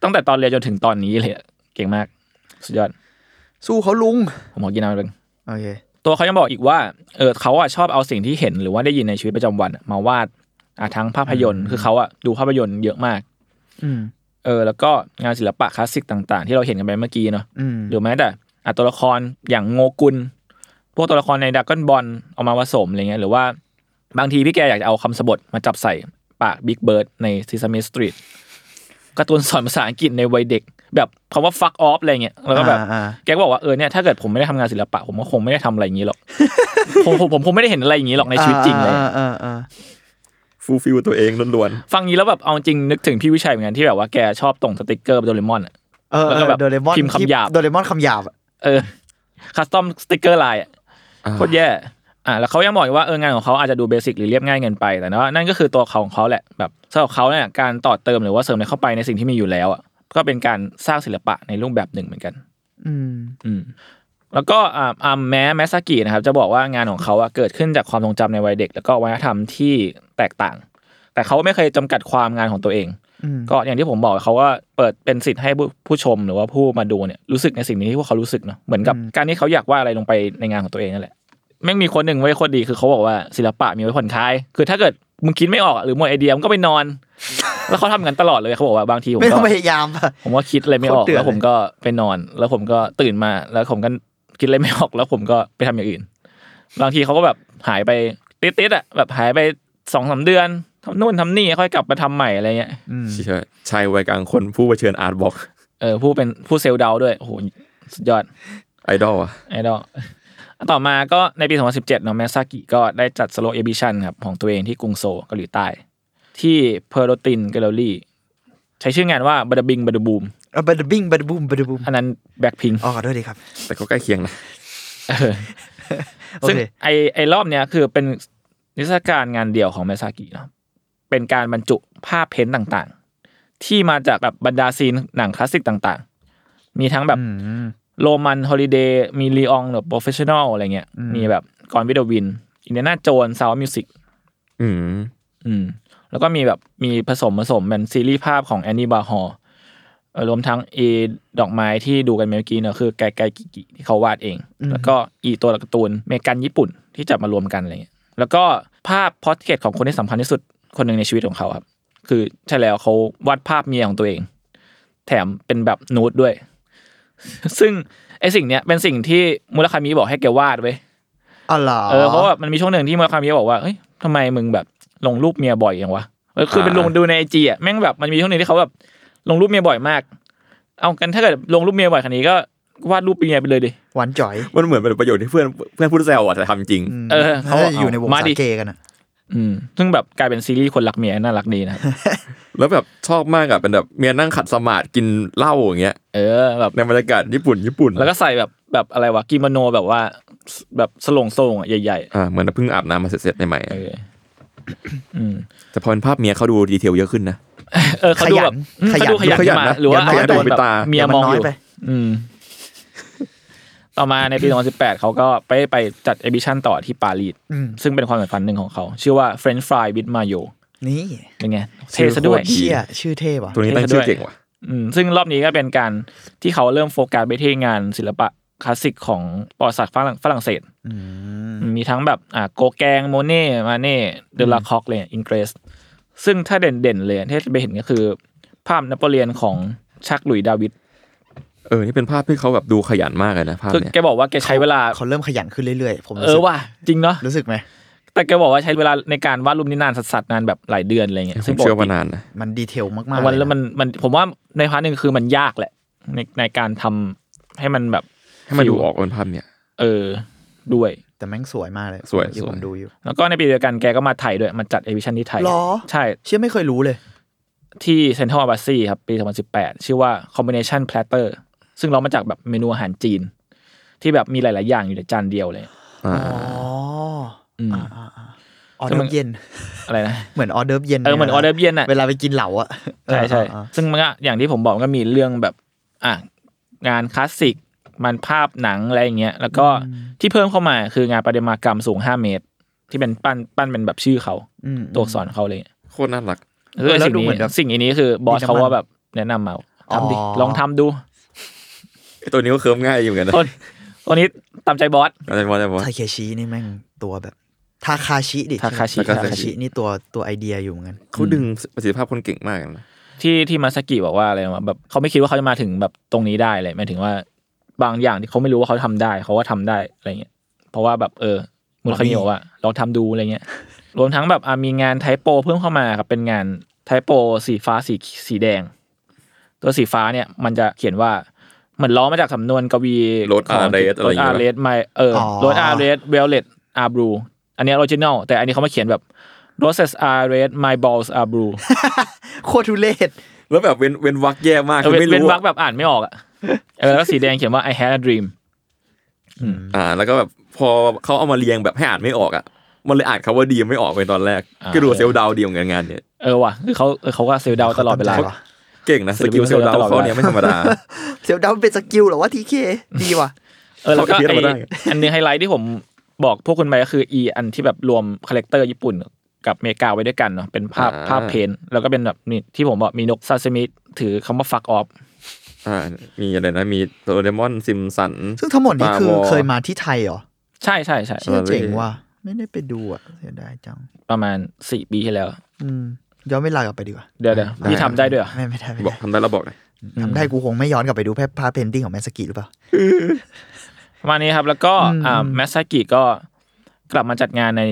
S1: ตั้งแต่ตอนเรียนจนถึงตอนนี้เลยอะเก่งมาก สุดยอด
S3: สู้เขาลุง
S1: ผมขอกินน้ำหนึ่ง
S3: โอเค
S1: ตัวเขายังบอกอีกว่าเออเขาอ่ะชอบเอาสิ่งที่เห็นหรือว่าได้ยินในชีวิตประจำวันอะมาวาดอ่ะทั้งภาพยนตร์คือเขาอ่ะดูภาพยนตร์เยอะมาก
S3: อืม
S1: เออแล้วก็งานศิลปะคลาสสิกต่าง ๆ ที่เราเห็นกันไปเมื่อกี้เนาะ
S3: อืม
S1: หรือแม้แต่อ่ะตัวละครอย่างโงกุล พวกตัวละครในดักก n นบอลเอามาผสมอะไรเงี้ยหรือว่าบางทีพี่แกอยากจะเอาคำสบทมาจับใส่ปากบิ๊กเบิร์ดในซีซามิสตรีทการ์ตูนสอนภาษาอังกฤษในวัยเด็ก แบบคำว่า fuck off อะไรเงี้ยแล้วก็แบบ
S3: อ่าอ่า
S1: แกก็บอกว่าเออเนี่ยถ้าเกิดผมไม่ได้ทำงานศิลปะ ผมก็คงไม่ได้ทำอะไรอย่างนี้หรอก ผมผมผมคงไม่ได้เห็นอะไรอย่างนี้หรอกในชีวิตจริงเลย
S3: อ่าอ่าอ่า
S2: ฟูลฟิลตัวเองล้วน
S1: ฟังนี้แล้วแบบเอาจริงนึกถึงพี่วิชัยเหมือนกันที่แบบว่าแกชอบตรงสติกเกอร์โดเรมอนอะ
S3: เออ
S1: แล้วก็แบบ
S3: โดเรมอน
S1: พิมพ์คำหยาบ
S3: โดเรมอนคำหยาบอะ
S1: เออคัสตอมสติกเกอร์ลายโคตรแย่ อ่ะแล้วเขายังบอกอีกว่าเอองานของเขาอาจจะดูเบสิกหรือเรียบง่ายเกินไป แต่นะนั่นก็คือตัวเขาของเขาแหละแบบสำหรับเขาเนี่ยการต่อเติมหรือว่าเสริมอะไรเข้าไปในสิ่งที่มีอยู่แล้วอ่ะก็เป็นการสร้างศิลปะในรูปแบบหนึ่งเหมือนกัน
S3: อืม
S1: อืมแล้วก็อ่าอ่าแม้แมสซากินะครับ จะบอกว่างานของเขาอะเกิดขึ้นจากความทรงจำในวัยเด็ก แล้วก็วัฒนธรรมที่แตกต่าง แต่เขาไม่เคยจำกัดความงานของตัวเอง
S3: อืม
S1: ก็อย่างที่ผมบอกเขาว่าเปิดเป็นสิทธิ์ให้ผู้ผู้ชมหรือว่าผู้มาดูเนี่ยรู้สึกในสิ่งนี้ที่พวกเขารู้สึกเนาะเหมือนกับการที่เขาอยากว่าดอะไรลงไปในงานของตัวเองนั่นแหละแม่งมีคนหนึ่งไว้ยโคนดีคือเขาบอกว่าศิลปะมีไว้ผ่อนคลาย คือถ้าเกิดมึงคิดไม่ออกอะหรือหมดไอเดียมึงก็ไปนอน แล้วเขาทำกันตลอดเลยเขาบอกว่าบางทีผม
S3: ไม่ต้
S1: ก็
S3: องพยายามป่ะ
S1: ผมก็คิดอะไรไม่ออก
S3: โคตรเดือด
S1: แล้วผมก็ไปนอน แล้วผมก็ตื่นมา แล้วผมก็คิดอะไรไม่ออก แล้วผมก็ไปทำอย่างอื่น บางทีเขาก็แบบหายไปติดๆอ่ะแบบหายไปสองสามเดือนทำนู่นทำนี่ค่อยกลับมาทำใหม่อะไรเงี้ย
S3: อืม
S2: ๆใช่ชายวัยกลางคนผู้เผชิญอาร์ตบล็อก
S1: เออผู้เป็นผู้เซลล์ดาวด้วยโอ้โหสุดยอด
S2: ไอดอลอะ
S1: ไอดอลต่อมาก็ในปี 2017เนาะแมซากิก็ได้จัดสโลเอบิชันครับ ของตัวเองที่กรุงโซลเกาหลีใต้ ที่เพอร์โรตินแกลเลอรี่ใช้ชื่องานว่าบัดบิงบัดบูม
S3: เอาบัดบิ้งบัดบูมบัดบูม
S1: อันนั้นแบ็คพิง
S3: อ๋อขอโทษดีครับ
S2: แต่ก็ใกล้เคียงนะ
S3: โอ
S1: ซึ่ง
S3: เค
S1: ไอไอรอบเนี้ยคือเป็นนิทรรศการงานเดี่ยวของเมซากิเนาะเป็นการบรรจุภาพเพ้นท์ต่างๆ ที่มาจากแบบบรรดาซีนหนังคลาสสิกต่างๆ มีทั้งแบบโรมันฮอลิเดย์มีลีอองหรือโปรเฟชชั่นอลอะไรเงี้ย มีแบบกอนวิดวิน อินเดียนาโจนซาวมิวสิก
S2: อืม
S1: อืม แล้วก็มีแบบมีผสมผสมเป็นซีรีส์ภาพของแอนนี่บาฮอรวมทั้งเอดอกไม้ที่ดูกันเมื่อกี้เนอะคือไกไกกิกิที่เขาวาดเอง แล้วก็อีตัวการ์ตูนเมกันญี่ปุ่นที่จับมารวมกันอะไรเงี้ยแล้วก็ภาพพอร์เทรตของคนที่สำคัญที่สุดคนหนึ่งในชีวิตของเขาครับ คือใช่แล้วเขาวาดภาพเมียของตัวเอง แถมเป็นแบบนูดด้วย (laughs) ซึ่งไอสิ่งเนี้ยเป็นสิ่งที่มุรคามิบอกให้แกวาดไว้ย
S3: อ๋อเหรอ
S1: เออเพราะว่ามันมีช่วงหนึ่งที่มาคามิบอกว่าเฮ้ยทำไมมึงแบบลงรูปเมียบ่อยอย่างวะเออคือเป็น
S2: อ่า
S1: ลงดูในไอจีอ่ะแม่งแบบมันมีช่วงหนึ่งที่เขาแบบลงรูปเมียบ่อยมาก เอากันถ้าเกิดลงรูปเมียบ่อยขนาดนี้ก็วาดรูปเมียไปเลยดิ
S3: หวานจ่อย
S2: มันเหมือนเป็นประโยชน์ที่เพื่อนเพื่อนพูดแซวอ่ะแต่ทำจริง
S1: เออเขา
S3: เขา
S1: บอก
S3: อยู่ในวง
S1: มา
S3: สา
S1: ดิ
S3: เกกันอะ
S1: อืมซึ่งแบบกลายเป็นซีรีส์คนรักเมียน่ารักดีนะ
S2: แล้วแบบชอบมากอะเป็นแบบเมียนั่งขัดสมาธิกินเหล้าอย่างเงี้ย
S1: เออแบบ
S2: ในบรรยากาศญี่ปุ่นญี่ปุ่น
S1: แล้วก็ใส่แบบแบบอะไรวะกิโมโนแบบว่าแบบสลงทรงอ่ะใหญ่
S2: อ่าเหมือนเพิ่งอาบน้ำมาเสร็จๆใหม่ๆ
S1: ๆเอ
S2: อะ
S1: ออืม
S2: แต่พอเป็นภาพเมียเขาดูดีเทลเยอะขึ้นนะ
S1: เออเขาดูแบบอืมเขาดูขยัน
S2: ขยัน
S1: มา
S2: นะ
S1: หรือว่า
S2: ขยัน
S1: อาจจะโดนแบบ
S2: ขยันเป็นตา
S1: เมียมองอ
S3: ดี๋วน้
S1: ยู่
S3: ไป
S1: อืม (laughs) ต่อมาในปี 2018 เขาก็ไปไปจัดเอบิชันต่อที่ปารีส
S3: อืม
S1: ซึ่งเป็นความสำคัญหนึ่งของเขา ชื่อว่า French Fry with Mayo
S3: นี่
S1: เป็นไง เท่ซะด้วย
S2: ชื่อโคตร
S3: เชี่ยชื่อเท่ว่ะ
S2: ตัวนี้ตั้งชื่อเก่งว่ะ
S1: อืม ซึ่งรอบนี้ก็เป็นการที่เขาเริ่มโฟกัสไปที่งานศิลปะคลาสสิกของประวัติศาสตร์ฝรั่งฝรั่งเศส
S3: อืม
S1: มีทั้งแบบอ่าโกแกงโมเน่ มาเน่ เดลาคอกเลยอิงเกรส ซึ่งถ้าเด่นๆเลยที่จะไปเห็นก็คือ ภาพนโปเลียนของชักหลุยส์ดาวิด
S2: เออ นี่เป็นภาพที่เขาแบบดูขยันมากเลยนะภาพ
S1: คือ
S2: เนี้ย
S1: แกบอกว่าแกใช้เวลา
S3: เขาเริ่มขยันขึ้นเรื่อยๆ ผมรู้
S1: เอ
S3: สึ
S1: อก ว่ะจริงเนาะ
S3: รู้สึกไหม
S1: แต่แกบอกว่าใช้เวลาในการวาดรูปนี่นานสัสๆนานแบบหลายเดือนอะไรเงี้ย
S2: ผม
S1: ปก
S2: เชื่อ
S1: ติ
S2: ว่านานนะ
S3: มันดีเทลมากๆ
S1: วันแล้ว
S3: เยะ
S1: มันมันผมว่าในพาร์ทหนึ่งคือมันยากแหละ ในในการทำให้มันแบบ
S2: ให้มันดูออกว่าเป็นภาพเนี้ย
S1: เออด้วย
S3: แต่แม่งสวยมากเลย
S2: สวย
S3: เมื่อกี้
S2: สวย
S3: ผมดูอยู่
S1: แล้วก็ในปีเดียวกันแกก็มาไทยด้วยมาจัดเอวิชันที่ไทย
S3: หรอ
S1: ใช่
S3: เชื่อไม่เคยรู้เลย
S1: ที่เซ็นทรัลอาบาซีครับปี 2018 ชื่อว่า combination platter ซึ่งเรามาจากแบบเมนูอาหารจีน ที่แบบมีหลาย ๆ อย่างอยู่ในจานเดียวเลย
S2: อ่า
S3: อ๋ออ
S1: ม
S3: อ่าอ่าอ่าออเดิร์ฟเย็น
S1: อะไรนะ
S3: เหมือนออเดิร์ฟเย็น
S1: เออเหมือนออเดิร์ฟเย็นอะ
S3: เวลาไปกินเหลาอะ
S1: ใช่ใช่
S3: เออเออเออ
S1: ซึ่งมันก็อย่างที่ผมบอกมันก็มีเรื่องแบบอ่ะงานคลาสสิก มันภาพหนังอะไรอย่างเงี้ย แล้วก็ที่เพิ่มเข้ามาคืองานประติมากรรมสูงห้าเมตร ที่เป็นปั้นปั้นเป็นแบบชื่อเขา
S3: อืม
S1: ตัวอักษรเขาเลย
S2: โคตรน่ารัก
S1: เออ
S3: แล้ว
S1: สิ่ง
S3: ดู
S1: นี้
S3: เหมือนแบบ
S1: สิ่งอันนี้คือบอส
S3: มีน้ำมัน
S1: เขาว่าแบบแนะนำมาทำดิ
S3: อ๋อ
S1: ลองทำดู
S2: ตัวนี้ก็เคิร์มง่ายอยู่เหมือนกันนะ
S1: ตอนตอนนี้ตามใจบอส
S2: อะไรวะอะไรวะ
S3: ทาเคชินี่แม่งตัวแบบทาคาชิดิ
S1: ทาคาชิ
S3: ใไหมทา
S2: ทาคาชิ
S3: คาชินี่ตัวตัวไอเดียอยู่เหมือนกัน
S2: เขาดึงประสิทธิภาพคนเก่งมากนะ
S1: ที่ที่มาสกิบอกว่าอะไรมาแบบเขาไม่คิดว่าเขาจะมาถึงแบบตรงนี้ได้เลยหมายถึงว่าบางอย่างที่เขาไม่รู้ว่าเขาทำได้เขาว่าทำได้อะไรเงี้ยเพราะว่าแบบเออมูลคามิบอกว่าลองทำดูอะไรเงี้ย รวมทั้งแบบอ่ะมีงานไทโปเพิ่มเข้ามาครับเป็นงานไทโปสีฟ้าสีสีแดง ตัวสีฟ้าเนี่ยมันจะเขียนว่าเหมือนล้อมาจากสำนวนกวี
S2: Road
S1: ของ
S2: Arrest อะไร
S1: ร
S2: อ
S1: ถ
S2: ย่างเงี้
S1: อาย ร์เรสไม่เออ
S3: อ๋อ
S1: รถอาร์เรสเวลเลตอาร์บลูอันเนี้ออริจินอลแต่อันนี้เขามาเขียนแบบ roses are red my balls are blue
S3: โคตรทุเรศ
S2: แล้วแบบเว้นเว้นวักแย่มาก
S1: เออ
S2: คือ
S1: เว้
S2: ไม่
S1: นเว้น
S2: รู้
S1: วรร
S2: อะ
S1: คแบบอ่านไม่ออกอ่ะ เออแล้วสีแดงเขียนว่า I had a dream
S2: อ่า แล้วก็แบบพอเขาเอามาเรียงแบบให้อ่านไม่ออกอ่ะ มันเลยอ่านคำว่าดีไม่ออกเลยตอนแรก
S1: อ่า
S2: ก็ดูเซลลดาวดีเหมือนกันงานเนี่ย
S1: เออว่ะคือเขาเออเขาก็เซลล์ดาวตลอดเวลา
S3: ตั้งใจวะ
S2: เก่งนะสกิลเซลลดาวเขาเนี่ยไม่ธรรมดา
S3: เซลดาวเป็นสกิลเหรอวะทีเคดีว่ะ
S1: เออแล้วก็
S2: เขาก็เพี้ยน
S1: ไอ้
S2: มาได้
S1: อันหนึงไฮไลท์ที่ผมบอกพวกคุณไปก็คืออีอันที่แบบรวมคาแรคเตอร์ญี่ปุ่นกับอเมริกาไว้ด้วยกันเนาะเป็นภาพ
S2: อ่า
S1: ภาพเพนท์แล้วก็เป็นแบบนี่ที่ผมบอกมีนกซาซิมิถือคำว่า fuck off
S2: อ่า มีอะไรนะ มีโดเรมอนซิมสัน
S3: ซึ่งทั้งหมดนี้คือ
S2: Star Wars
S3: เคยมาที่ไทยเหรอ
S1: ใช่ใช่ใช่
S3: เชี่ยเจ๋งว่ะไม่ได้ไปดูอ่ะเสียดายจัง
S1: ประมาณสี่ปีที่แล้ว
S3: อืมย้อนเวลากลับไปดีกว่า
S1: เดี๋ยวเดี๋ยว
S2: ได้
S1: พี่ทำได้ด้วยเหรอ
S3: ไม่ไม่ได้ไม่
S2: บอก
S3: ได้
S2: ทำได้แล้วบอกเลย
S3: ทำได้กูคงไม่ย้อนกลับไปดูแพทพาเพนติ้งของแมสกิหรือเปล่า
S1: ประมาณนี้ครับ แล้วก็อ่าแมสซากิก็กลับมาจัดงานใน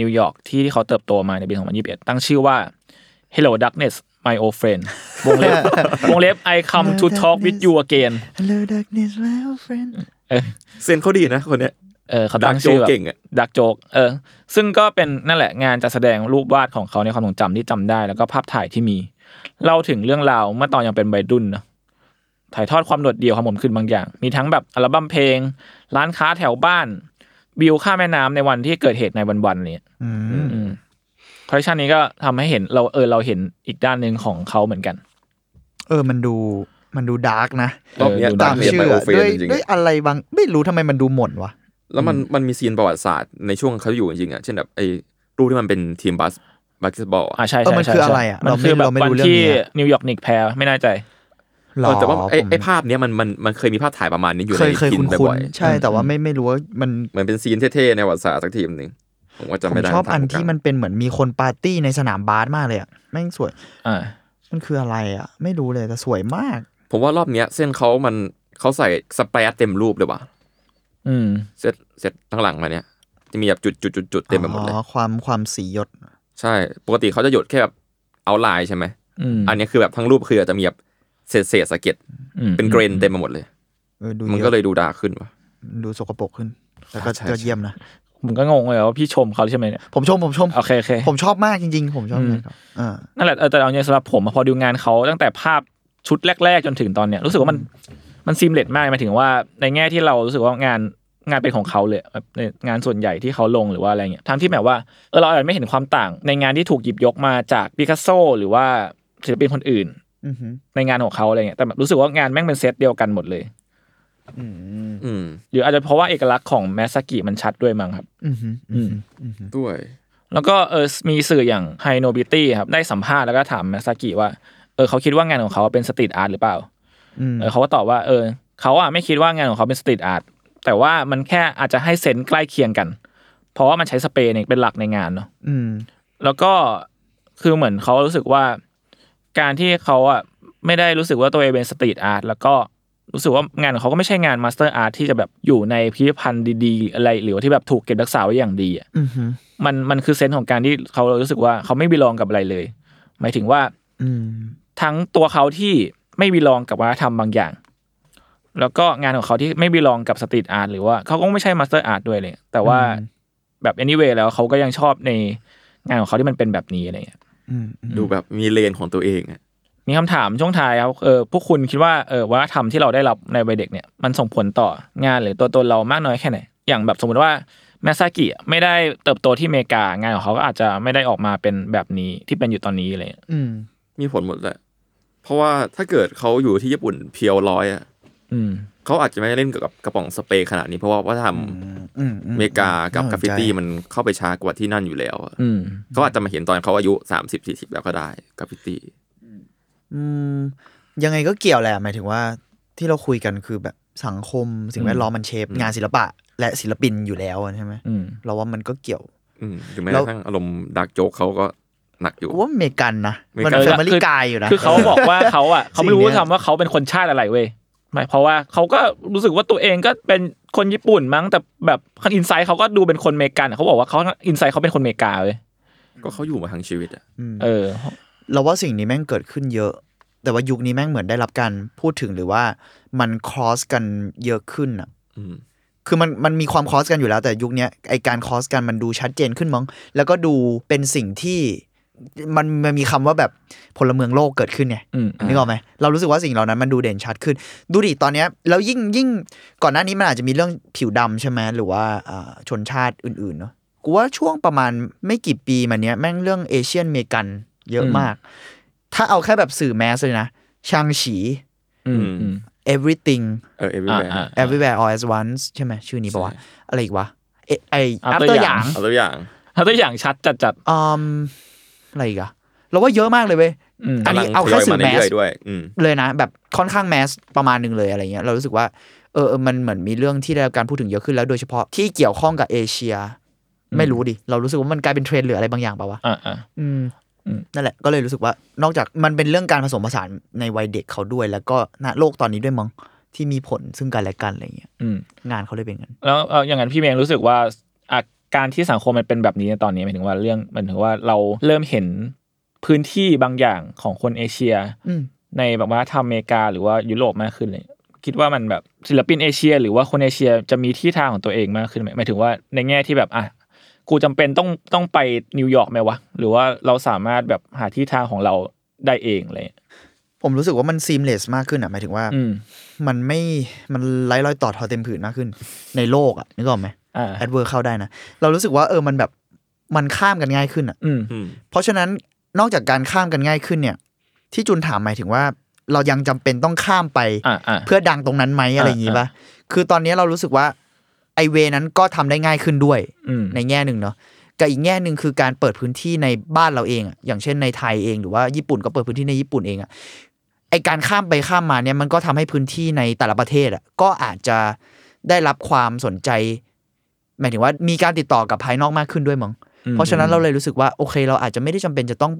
S1: นิวยอร์กที่ที่เขาเติบโตมาในปี 2021 ตั้งชื่อว่า Hello Darkness My Old Friend วงเล็ (laughs) บ วงเล็บ I come to talk with you again
S3: Hello darkness my old friend
S1: เออ
S2: เซนเขาดีนะคนเนี้ย
S1: เออเขาตั้งชื่อแบบ
S2: Dark Joke เก่งอะ
S1: ดักโจกเออ ซึ่งก็เป็นนั่นแหละงานจัดแสดงรูปวาดของเขาในความทรงจำที่จำได้ แล้วก็ภาพถ่ายที่มี เล่าถึงเรื่องราวเมื่อตอนยังเป็นวัยรุ่นเนอะถ่ายทอดความโดดเดี่ยวความหมนขึ้นบางอย่าง มีทั้งแบบอัลบั้มเพลง ร้านค้าแถวบ้านวิวข้ามแม่น้ำในวันที่เกิดเหตุในวันๆเนี่ย
S3: อืม
S1: คอลเลคชันนี้ก็ทำให้เห็นเราเออเราเห็นอีกด้านหนึ่งของเขาเหมือนกัน
S3: เออมันดูมันดูดาร์กนะ
S2: รอบเนี้
S1: เอ
S2: ย
S1: อดู
S2: ตา
S3: ตาม ม
S2: เรียน
S3: ชื่
S2: ไป
S3: อ
S2: โอ
S3: อะ
S2: เฟน
S3: ด้วย
S2: จริงๆ
S3: ด้วย
S2: อะ
S3: อะไรบางไม่รู้ทำไมมันดูหม่นวะ
S2: แล้วมันมันมีซีนประวัติศาสตร์ในช่วงเขาอยู่จริงๆอ่ะเช่นแบบไอ้รูปที่มันเป็นทีมบัส บาสเกตบอล
S1: อ่าใช่
S3: เออ
S1: ใช่
S3: มัน
S1: ใช่
S3: คืออะไร
S1: ใช่
S3: อะ
S1: มัน
S3: เราไม่
S1: คือแบบ
S3: เราไม่
S1: วั
S3: รู้
S1: น
S3: เรื่อง
S1: ที่
S3: นี้อะ
S1: นิวยอร์กนิกแพ้ไม่แน่ใจ
S3: หร
S2: เออแต่ว่าไอ้
S3: ผม
S2: ไอ้ภาพเนี้ยมันมันมันเคยมีภาพถ่ายประมาณนี้อยู่
S3: เค
S2: ใน
S3: ยเคย
S2: ที
S3: คุ้
S2: ม
S3: น
S2: บ่อย
S3: ๆใช่แต่ว่าไม่ไม่รู้ว่ามัน
S2: ๆเหมือนเป็นซีนเท่ๆในประวัติศาสตร์สักทีมหนึ่งผมก็จำ
S3: ผม
S2: ไม่ได้
S3: ชอบอัน
S2: ภาพ
S3: ที่มันเป็นเหมือนมีคนปาร์ตี้ในสนามบาสมากเลยอ่ะแม่งสวย
S1: อ่า
S3: มันคืออะไรอ่ะ ไม่รู้เลยแต่สวยมาก
S2: ผมว่ารอบเนี้ยเส้นเขามันเขาใส่สเปรดเต็มรูปเลยว่ะ
S1: อืม
S2: เซตเซตทั้งหลังมาเนี้ยจะมีแบบจุดจุดจุดจุดๆๆๆเต็มไปหมดเลย
S3: อ๋อความความสีหยด
S2: ใช่ ปกติเขาจะหยดแค่แบบเอาลายใช่ไหม
S1: อืม
S2: อันเนี้ยคือแบบทั้งรูปคืออาจจะมีแบบเศษเศษๆสะเก็ด
S1: อืม
S2: เป็นเกรนเต็มไปหมดเลย
S3: เออดู
S2: มัน
S3: เย
S2: ก็
S3: อะ
S2: เลยดูดาขึ้นว่ะ
S3: ดูสกปรกขึ้น แล้วก็
S2: ใช่
S3: ยอดเยี่ยมนะ
S1: ผมก็งงเลยว่าพี่ชมเขาใช่ไหมเนี่ย
S3: ผมชมผมชม
S1: โอเคโอเค
S3: ผมชอบมากจริง ๆ ผมชอบ
S1: อืม
S3: มากครับอ่า
S1: นั่นแหละเออแต่เอาเนี่ยสำหรับผมอะพอดูงานเขาตั้งแต่ภาพชุดแรก ๆ จนถึงตอนเนี้ยรู้สึกว่ามันมันซีมเลสมากหมายถึงว่าในแง่ที่เรารู้สึกว่างานงานเป็นของเขาเลยแบบในงานส่วนใหญ่ที่เขาลงหรือว่าอะไรเงี้ยทั้งที่แบบว่าเออเราอาจจะไม่เห็นความต่าง ในงานที่ถูกหยิบยกมาจากปิกัสโซหรือว่าศิลปินคนอื่น
S3: อือหือ
S1: ในงานของเขาอะไรเงี้ยแต่แบบรู้สึกว่างานแม่งเป็นเซตเดียวกันหมดเลย
S3: อืม
S2: อืม
S1: หรืออาจจะเพราะว่าเอกลักษณ์ของแมสกิมันชัดด้วยมั้งครับ
S3: อือหืออือหืออือหือ
S2: ด้วย
S1: แล้วก็เออมีสื่ออย่างไฮโนบิตี้ครับได้สัมภาษณ์แล้วก็ถามแมสกิว่าเออเขาคิดว่างานของเขาเป็นสตรีทอาร์ตหรือเปล่า
S3: อืม
S1: เออเขาก็ตอบว่าเออเขาอ่ะไม่คิดว่างานของเขาเป็นสตรีทอาร์ตแต่ว่ามันแค่อาจจะให้เซนส์ใกล้เคียงกัน เพราะว่ามันใช้สเปรย์เนี่ยเป็นหลักในงานเนาะ
S3: อืม
S1: แล้วก็คือเหมือนเขารู้สึกว่า การที่เขาอ่ะไม่ได้รู้สึกว่าตัวเองเป็นสตรีทอาร์ตแล้วก็รู้สึกว่างานของเขาก็ไม่ใช่งานมาสเตอร์อาร์ตที่จะแบบอยู่ในพิพิธภัณฑ์ดีๆ อะไร หรือว่าที่แบบถูกเก็บรักษาไว้อย่างดีอะ
S3: อือหือ
S1: มันมันคือเซนส์ของการที่เขารู้สึกว่าเขาไม่บิลองกับอะไรเลย หมายถึงว่า
S3: อืม
S1: ทั้งตัวเขาที่ไม่บิลองกับวัฒนธรรมบางอย่าง แล้วก็งานของเขาที่ไม่บิลองกับสตรีทอาร์ตหรือว่าเขาก็ไม่ใช่มาสเตอร์อาร์ตด้วยเลย แต่ว่าแบบ anyway แล้วเขาก็ยังชอบในงานของเขาที่มันเป็นแบบนี้อะไรอย่างเงี้ย
S3: อืมอืม
S2: ดูแบบมีเลนของตัวเองอะ
S1: มีคำถามช่วงท้ายครับเออพวกคุณคิดว่าเออวัฒนธรรมที่เราได้รับในวัยเด็กเนี่ยมันส่งผลต่องานหรือตัวตนเรามากน้อยแค่ไหนอย่างแบบสมมติว่าแมซากิไม่ได้เติบโตที่อเมริกางานของเขาก็อาจจะไม่ได้ออกมาเป็นแบบนี้ที่เป็นอยู่ตอนนี้อะไรอย่างเงี้ย
S3: อืม
S2: มีผลหมดแหละ เพราะว่าถ้าเกิดเขาอยู่ที่ญี่ปุ่นเพียวร้อยอะ
S1: อืม
S2: เขาอาจจะไม่ได้เล่นกับกระป๋องสเปรย์ขนาดนี้ เพราะว่าวัฒนธรรม
S3: อืมอื
S2: อ
S3: ม
S2: เมริกากับกราฟฟิตี้
S3: น่าสนใจ
S2: มันเข้าไปช้ากว่าที่นั่นอยู่แล้วอะ
S1: อืม
S2: เขาอาจจะมาเห็นตอนเขาอายุสามสิบสี่สิบแล้วก็ได้กราฟฟิตี้
S3: อืมยังไงก็เกี่ยวแหละหมายถึงว่าที่เราคุยกันคือแบบสังคมสิ่งแวดล้อมมันเชฟงานศิลปะ และศิลปินอยู่แล้วอะใช่ไหม
S1: อืม
S3: เราว่ามันก็เกี่ยว
S2: อืมถึงแม้ก
S3: แล้ว
S2: ระทั่งอารมณ์ดักโจ๊กเขาก็หนักอยู่
S3: ว่าอเมริกันนะ
S2: อเมริกั
S3: มัน
S2: น
S3: เฟมิลี่กายอยู่นะ
S1: คือเขาบอก
S3: (laughs)
S1: ว่าเขาอ่ะ เขาไม่รู้
S3: สิ่งเนี้ย
S1: ว่าทำว่าเขาเป็นคนชาติอะไรเว้ยหมายเพราะว่าเขาก็รู้สึกว่าตัวเองก็เป็นคนญี่ปุ่นมั้ง แต่แบบข้างอินไซด์เขาก็ดูเป็นคนอเมริกันเขาบอกว่าเขาอินไซด์เขาเป็นคนอเมริกาเว้ย
S2: ก็เขาอยู่มาทั้งชีวิตอะ
S3: ม
S1: เออ
S3: เราว่าสิ่งนี้แม่งเกิดขึ้นเยอะ แต่ว่ายุคนี้แม่งเหมือนได้รับการพูดถึงหรือว่ามัน cross กันเยอะขึ้นอ่ะ
S2: อืม
S3: คือมันมันมีความ cross กันอยู่แล้วแต่ยุคเนี้ยไอการ cross กันมันดูชัดเจนขึ้นมั้ง แล้วก็ดูเป็นสิ่งที่มันมันมีคำว่าแบบพลเมืองโลกเกิดขึ้นไง
S1: อืม
S3: นึกออกไหมเรารู้สึกว่าสิ่งเหล่านั้นมันดูเด่นชัดขึ้น ดูดิตอนเนี้ยแล้วยิ่งยิ่งก่อนหน้านี้มันอาจจะมีเรื่องผิวดำใช่ไหมหรือว่าอ่าชนชาติอื่นๆเนาะกูว่าช่วงประมาณไม่กี่ปีมาเนี้ยแม่งเรื่องเอเชียนเมกันเยอะมาก ถ้าเอาแค่แบบสื่อแมสเลยนะชางฉี
S1: อืม
S2: อื
S1: อืม
S2: ม
S3: everything
S2: เออเอวิ
S1: อ่า
S2: แวร์
S1: อ่า
S3: everywhere all at once ใช่ไหมชื่อนี้ปะวะ อะไรอีกวะเอไอ
S1: After
S3: after
S1: หยาย
S3: หาง ง
S2: เอาตัวอย่าง
S1: ถ้าตัวอย่างชัดจัดจัด
S3: อืมอะไรอีกอะเราว่าเยอะมากเลยเว้ย
S1: ๆอืม
S3: อันนี้เอาแค่
S2: กำลังทยย
S3: สื่อแมส
S2: เรื่ยๆด้วย อืม
S3: เลยนะ แบบค่อนข้างแมสประมาณหนึ่งเลยอะไรเงี้ยเรารู้สึกว่าเออเออมันเหมือนมีเรื่องที่ได้รับการพูดถึงเยอะขึ้นแล้วโดยเฉพาะที่เกี่ยวข้องกับเอเชีย ไม่รู้ดิ เรารู้สึกว่ามันกลายเป็นเทรนด์หรืออะไรบางอย่างปะวะ
S1: อ่าอ่า
S3: อืม
S1: อืม
S3: นั่นแหละก็เลยรู้สึกว่านอกจากมันเป็นเรื่องการผสมผสานในวัยเด็กเขาด้วย แล้วก็ณโลกตอนนี้ด้วยมั้งที่มีผลซึ่งกันและกันอะไรเงี้ย
S1: อืม
S3: งานเขาเลยเป็นอย่างนั้น
S1: แล้วเอ่ออย่างนั้นพี่เมงรู้สึกว่าอาการที่สังคมมันเป็นแบบนี้ในตอนนี้หมายถึงว่าเรื่องหมันถึงว่าเราเริ่มเห็นพื้นที่บางอย่างของคนเอเชีย
S3: อืม
S1: ในแบบว่าทำอเมริกาหรือว่ายุโรปมากขึ้นเลย คิดว่ามันแบบศิลปินเอเชีย หรือว่าคนเอเชียจะมีที่ทางของตัวเองมากขึ้นไหมหมายถึงว่าในแง่ที่แบบอ่ะกูจำเป็นต้องต้องไปนิวยอร์กไหมวะหรือว่าเราสามารถแบบหาที่ทางของเราได้เองอะไรอย่างเลย
S3: ผมรู้สึกว่ามันซีมเลสมากขึ้นอ่ะหมายถึงว่า
S1: อืม
S3: มันไม่ มันไร้รอยต่อทอเต็มผืนมากขึ้น ในโลกอ่ะนึกออกไหม
S1: อ่า
S3: แอดเวอร์เข้าได้นะ เรารู้สึกว่าเออมันแบบมันข้ามกันง่ายขึ้นอ่ะ
S1: อืม
S2: อืม
S3: เพราะฉะนั้นนอกจากการข้ามกันง่ายขึ้นเนี่ย ที่จุนถามหมายถึงว่า เรายังจำเป็นต้องข้ามไป
S1: อ่าอ่า
S3: เพื่อดังตรงนั้นไหมอะไรอย่างงี้
S1: อ่า
S3: ปะคือตอนนี้เรารู้สึกว่าไอเวนั้นก็ทำได้ง่ายขึ้นด้วย
S1: อืม
S3: ในแง่หนึ่งเนาะ กับอีกแง่หนึ่งคือการเปิดพื้นที่ในบ้านเราเองอะอย่างเช่นในไทยเองหรือว่าญี่ปุ่นก็เปิดพื้นที่ในญี่ปุ่นเองอะไอการข้ามไปข้ามมาเนี่ยมันก็ทำให้พื้นที่ในแต่ละประเทศอะก็อาจจะได้รับความสนใจหมายถึงว่ามีการติดต่อกับภายนอกมากขึ้นด้วยมั้ง
S1: อืม
S3: เพราะฉะนั้นเราเลยรู้สึกว่าโอเค เราอาจจะไม่ได้จำเป็นจะต้อง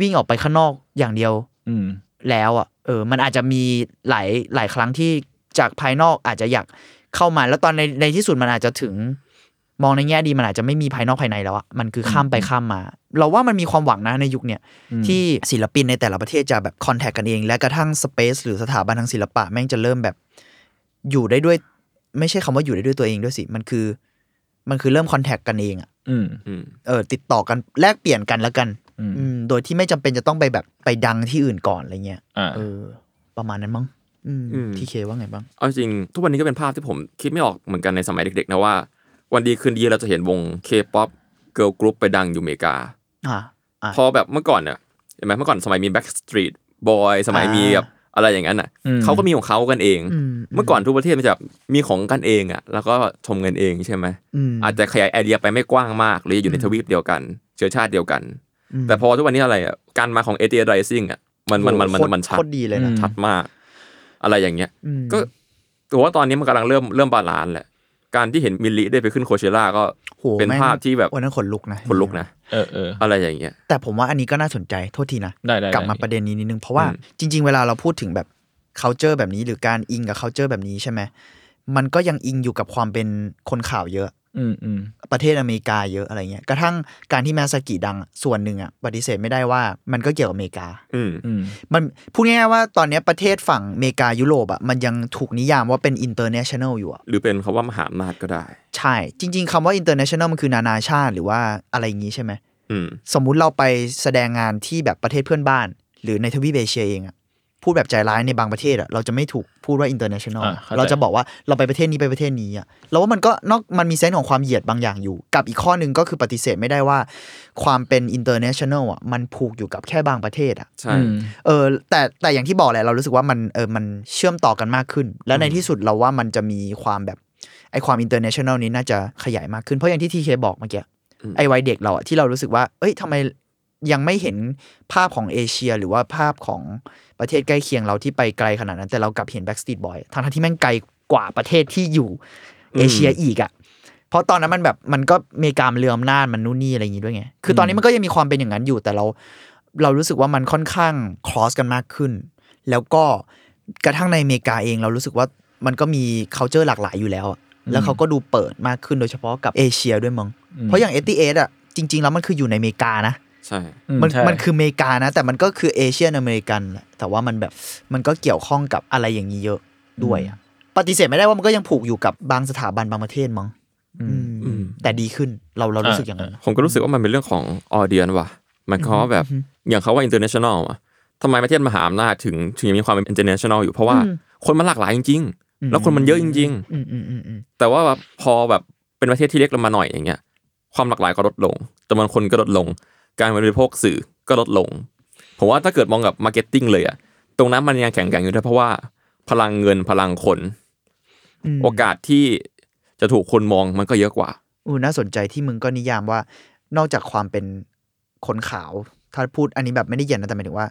S3: วิ่งออกไปข้างนอกอย่างเดียว
S1: อืม
S3: แล้วอ่ะเออ มันอาจจะมีหลายหลายครั้งที่จากภายนอกอาจจะอยากเข้ามา แล้วตอนในในที่สุดมันอาจจะถึง มองในแง่ดีมันอาจจะไม่มีภายนอกภายในแล้วอ่ะมันคือข้ามไปข้ามมา เราว่ามันมีความหวังนะในยุคเนี้ย
S1: อืม
S3: ที่ศิลปินในแต่ละประเทศจะแบบคอนแทคกันเอง และกระทั่งสเปซหรือสถาบันทางศิลปะแม่งจะเริ่มแบบ อยู่ได้ด้วย ไม่ใช่คำว่าอยู่ได้ด้วยตัวเองด้วยสิมันคือ มันคือเริ่มคอนแทคกันเองอ่ะ
S1: อืม
S2: อืม
S3: เออติดต่อกันแลกเปลี่ยนกันแล้วกัน
S1: อืม
S3: อืมโดยที่ไม่จำเป็นจะต้องไปแบบไปดังที่อื่นก่อนอะไรเงี้ย
S1: อ่า
S3: เออ ประมาณนั้นมั้งอืม
S2: อืม
S3: ทีเคว่าไงบ้าง
S2: เอาจริงทุกวันนี้ก็เป็นภาพที่ผมคิดไม่ออกเหมือนกันในสมัยเด็กๆนะว่า วันดีคืนดีเราจะเห็นวงเคป๊อปเกิร์ลกรุ๊ปไปดังอยู่อเมริกา
S3: อ่า อ่ะ
S2: พอแบบเมื่อก่อนเนี่ยเห็นไหมเมื่อก่อนสมัยมี Backstreet Boy สมัย
S3: อ่ามี
S2: มีแบบอะไรอย่างนั้นอ่ะ
S1: อืม
S2: เขาก็มีของเขากันเอง
S3: อืม
S2: เมื่อก่อนทุกประเทศมันจะแบบมีของกันเองอ่ะแล้วก็ชมกันเองใช่ไหม
S3: อืม
S2: อาจจะขยายไอเดียไปไม่กว้างมาก หรืออยู่ในทวีปเดียวกัน เชื้อชาติเดียวกัน แต่พอทุกวันนี้อะไรอ่ะการมาของเอเ i ียไรซิ่งอ่ะมันมันมันมัน
S3: โคตร
S2: มันชัด
S3: โคตรดีเลยนะ
S1: อื
S2: ชัดมาก อะไรอย่างเงี้ย
S3: อืม
S2: ก็ผมว่าตอนนี้มันกำลังเริ่มเริ่มบาลานซ์แหละ การที่เห็นมิลลิได้ไปขึ้นโคเชล่าก็
S3: โห
S2: เป็น
S3: แม่ง
S2: ภาพที่แบบ
S3: วันนั้นขนลุกนะ
S2: คนลุกนะ
S1: เออเออ
S2: อะไรอย่างเงี้ย
S3: แต่ผมว่าอันนี้ก็น่าสนใจโทษทีนะ
S1: ได้ได้ได้
S3: กลับมาประเด็นนี้นิดนึง เพราะว่า
S2: อืม
S3: จริง ๆ เวลาเราพูดถึงแบบ c u เจอร์แบบนี้หรือการอิงกับ c u เจอร์แบบนี้ใช่ไหมมันก็ยังอิงอยู่กับความเป็นคนข่าวเยอะ
S1: อืมอืม
S3: ประเทศอเมริกาเยอะอะไรเงี้ย กระทั่งการที่แมสากิดังอะส่วนหนึ่งอ่ะปฏิเสธไม่ได้ว่ามันก็เกี่ยวกับอเมริกา
S2: อืม
S1: อืม
S3: มันพูดง่ายๆว่าตอนเนี้ยประเทศฝั่งอเมริกายุโรปอ่ะมันยังถูกนิยามว่าเป็น international อยู่อะ
S2: หรือเป็นคาว่ามหาอำนาจก็ได้
S3: ใช่ จริง ๆคำว่า international มันคือนานาชาติหรือว่าอะไรอย่างงี้ใช่ไหม
S2: อืม
S3: สมมุติเราไปแสดงงานที่แบบประเทศเพื่อนบ้าน หรือในทวีปเอเชียเองอะพูดแบบใจร้ายในบางประเทศอะเราจะไม่ถูกพูดว่า international
S1: อ่าเข้าใจ
S3: เราจะบอกว่าเราไปประเทศนี้ไปประเทศนี้อะเราว่ามันก็นอกมันมีเซนส์ของความเหยียดบางอย่างอยู่ กับอีกข้อหนึ่งก็คือปฏิเสธไม่ได้ว่า ความเป็น international อะมันผูกอยู่กับแค่บางประเทศอะ
S2: ใช่
S1: อืม
S3: เออแต่แต่อย่างที่บอกแหละเรารู้สึกว่ามันเออมันเชื่อมต่อกันมากขึ้น แล้วในที่สุดเราว่ามันจะมีความแบบไอความอินเตอร์เนชั่นแนลนี้น่าจะขยายมากขึ้น เพราะอย่างที่ทีเคบอกเมื่อกี้
S2: อืม
S3: ไอวัยเด็กเราอะที่เรารู้สึกว่า เอ้ยทำไมยังไม่เห็นภาพของเอเชีย หรือว่าภาพของประเทศใกล้เคียงเราที่ไปไกลขนาดนั้น แต่เรากลับเห็นแบ็กสตรีทบอยทางๆที่แม่งไกลกว่าประเทศที่อยู่เอเชียอีกอะเพราะตอนนั้นมันแบบมันก็อเมริกามันเรืออำนาจมันนู่นนี่อะไรอย่างงี้ด้วยไงคือตอนนี้มันก็ยังมีความเป็นอย่างนั้นอยู่แต่เรา เรารู้สึกว่ามันค่อนข้างคลอสกันมากขึ้น แล้วก็กระทั่งในอเมริกาเองเรารู้สึกว่ามันก็มี c u เจอร์หลากหลายอยู่แล้วอะแล้วเขาก็ดูเปิดมากขึ้นโดยเฉพาะกับเอเชียด้วยมั้ง
S1: อืม
S3: เพราะอย่างเอทีเอสอะจริง ๆ แล้วมันคืออยู่ในอเมริกานะ
S2: ใช่
S1: อื
S3: มัน
S1: ใช่
S3: มันคืออเมริกานะ แต่มันก็คือเอเชียนอเมริกันแหละแต่ว่ามันแบบมันก็เกี่ยวข้องกับอะไรอย่างนี้เยอะด้วยอะปฏิเสธไม่ได้ว่ามันก็ยังผูกอยู่กับบางสถาบันบางประเทศมั้ง
S1: อื
S3: อื
S1: ม
S3: ม
S2: อืม
S3: แต่ดีขึ้นเราเรารู้สึกอย่างนั้นนะ
S2: ผมก็รู้สึกว่ามันเป็นเรื่องของออเดียนว่ะหมันเขามว่าแบบอย่างเขาว่า international อะทำไมประเทศมหาอำนาจถึงถึงยังมีความเป็น international อยู่เพราะว่า
S3: อืม
S2: คนมันหลากหลายจริง ๆ แล้วคนมันเยอะจริง
S3: อืมอืมอืมอืม
S2: ๆ แต่ว่าแบบพอแบบเป็นประเทศที่เล็กลงมาหน่อยอย่างเงี้ย ความหลากหลายก็ลดลงจำนวนคนก็ลดลง การบริโภคสื่อก็ลดลง ผมว่าถ้าเกิดมองกับมาร์เก็ตติ้งเลยอะตรงนั้นมันยังแข็งแกร่งอยู่ด้วยเพราะว่าพลังเงินพลังคน
S3: ม
S2: โอกาสที่จะถูกคนมองมันก็เยอะกว่า
S3: อูน่าสนใจที่มึงก็นิยามว่านอกจากความเป็นคนขาว ถ้าพูดอันนี้แบบไม่ได้เหย็นนะแต่หมายถึงว่า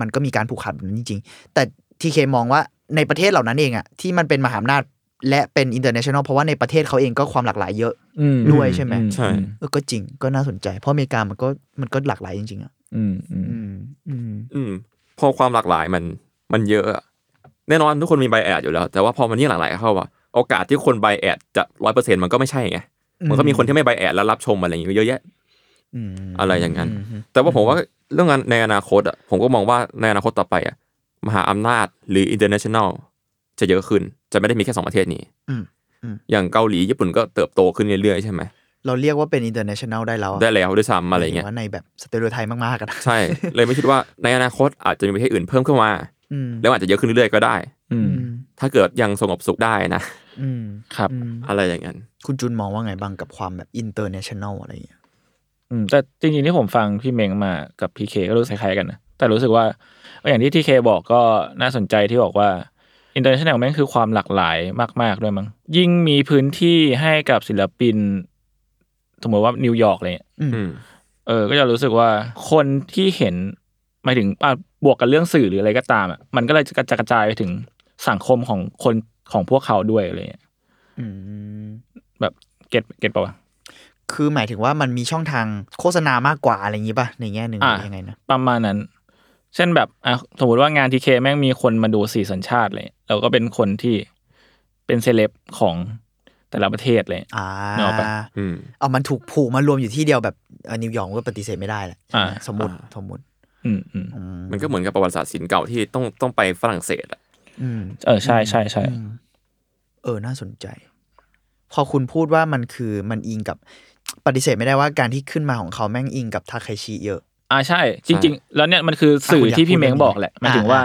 S3: มันก็มีการผูกขาดแบบนั้นจริง ๆ แต่ทีเคมองว่าในประเทศเหล่านั้นเองอะที่มันเป็นมหาอำนาจและเป็นอินเตอร์เนชั่นแนลเพราะว่าในประเทศเขาเองก็ความหลากหลายเยอะ
S1: อืม
S3: ด้วยใช่ไหม
S1: อื
S2: ใช่
S3: เออก็จริงก็น่าสนใจ เพราะอเมริกามันก็มันก็หลากหลายจริงๆอะ
S1: อืมอืม
S3: อืมอืม
S2: อืมพอความหลากหลายมันมันเยอะอะแน่นอนทุกคนมีไบแอดอยู่แล้ว แต่ว่าพอมันยิ่งหลากหลายเข้าอะโอกาสที่คนไบแอดจะร้อยเปอร์เซ็นต์มันก็ไม่ใช่ไงมันก็มีคนที่ไม่ไบแอดแล้วรับชมอะไรอย่างเงี้ยเยอะแยะ
S3: อืม
S2: อะไรอย่างนั้น
S3: ม
S2: แต่ว่าผมว่าเรื่องงานในอนาคตอะผมก็มองว่าในอนาคตต่อไปอะมหาอำนาจหรือ international จะเยอะขึ้น จะไม่ได้มีแค่สองประเทศนี้
S3: อืม
S2: อย่างเกาหลีญี่ปุ่นก็เติบโตขึ้นเรื่อยๆใช่ไหม
S3: เราเรียกว่าเป็นอินเตอร์เนชั่นแนลได้แล้วอะ
S2: ได้แล้วด้วยซ้ำอะไรอย่างเงี้ย
S3: หมายถึว่าในแบบสเตอริโอไทป์มากๆกัน
S2: ใช่ เลยไม่คิดว่าในอนาคตอาจจะมีประเทศอื่นเพิ่มเข้ามา
S3: อืม
S2: แล้วอาจจะเยอะขึ้นเรื่อยๆก็ได้
S1: อื
S3: อื
S1: ม
S3: ม
S2: ถ้าเกิดยังสงบสุขได้นะ
S3: อืม
S1: ครับ
S3: อืม
S2: อะไรอย่างนั้น
S3: คุณจุนมองว่าไงบ้างกับความแบบอินเตอร์เนชั่นแนลอะไรอย่างเงี้ย
S1: อืมแต่จริงๆที่ผมฟังพี่เมงมากับพีเคก็รู้สึกคล้ายๆกันนะแต่รู้สึกว่าอย่างที่ทีเคบอกก็น่าสนใจที่บอกว่าอินเตอร์เนชั่นแนลแม่งคือความหลากหลายมาก ๆ ด้วยมั้งยิ่งมีพื้นที่ให้กับศิลปิน สมมติว่านิวยอร์กอะไรเงี้ย
S2: อืม
S1: เออ ก็จะรู้สึกว่าคนที่เห็นหมายถึงอ่ะบวกกับเรื่องสื่อหรืออะไรก็ตามอ่ะมันก็เลยจะกระจายไปถึงสังคมของคนของพวกเขาด้วยอะไรเงี้ย
S3: อืม
S1: แบบเก็ตเก็ตปะวะ
S3: คือหมายถึงว่ามันมีช่องทางโฆษณามากกว่าอะไรอย่างนี้ป่ะในแง่หนึ่งห
S1: อ่ะ
S3: รือยังไงนะ
S1: ประมาณนั้น เช่นแบบอ่ะสมมติว่างานทีเคแม่งมีคนมาดูสี่สัญชาติเลยเราก็เป็นคนที่เป็นเซเลบของแต่ละประเทศเลย
S3: อ่า
S1: เนอะปะ
S2: อืม
S3: เอามันถูกผูกมารวมอยู่ที่เดียวแบบเอ่อนิวยอร์กมันก็ปฏิเสธไม่ได้แหละ
S1: อ่า
S3: สมมติ
S2: อ่า
S3: สมมติ
S1: อืมอืม
S3: อืม
S2: มันก็เหมือนกับประวัติศาสตร์ศิลป์เก่าที่ต้องต้องไปฝรั่งเศสอะ
S3: อืม
S1: เออใช่ใช่ใช่
S3: อืมเออ น่าสนใจ พอคุณพูดว่ามันคือมันอิงกับปฏิเสธไม่ได้ว่าการที่ขึ้นมาของเขาแม่งอิงกับทาเคชิเยอะ
S1: อ่าใช่ จริง ๆ แล้วเนี่ยมันคือสื่อที่พี่เม้งบอกแหละหมายถึงว่า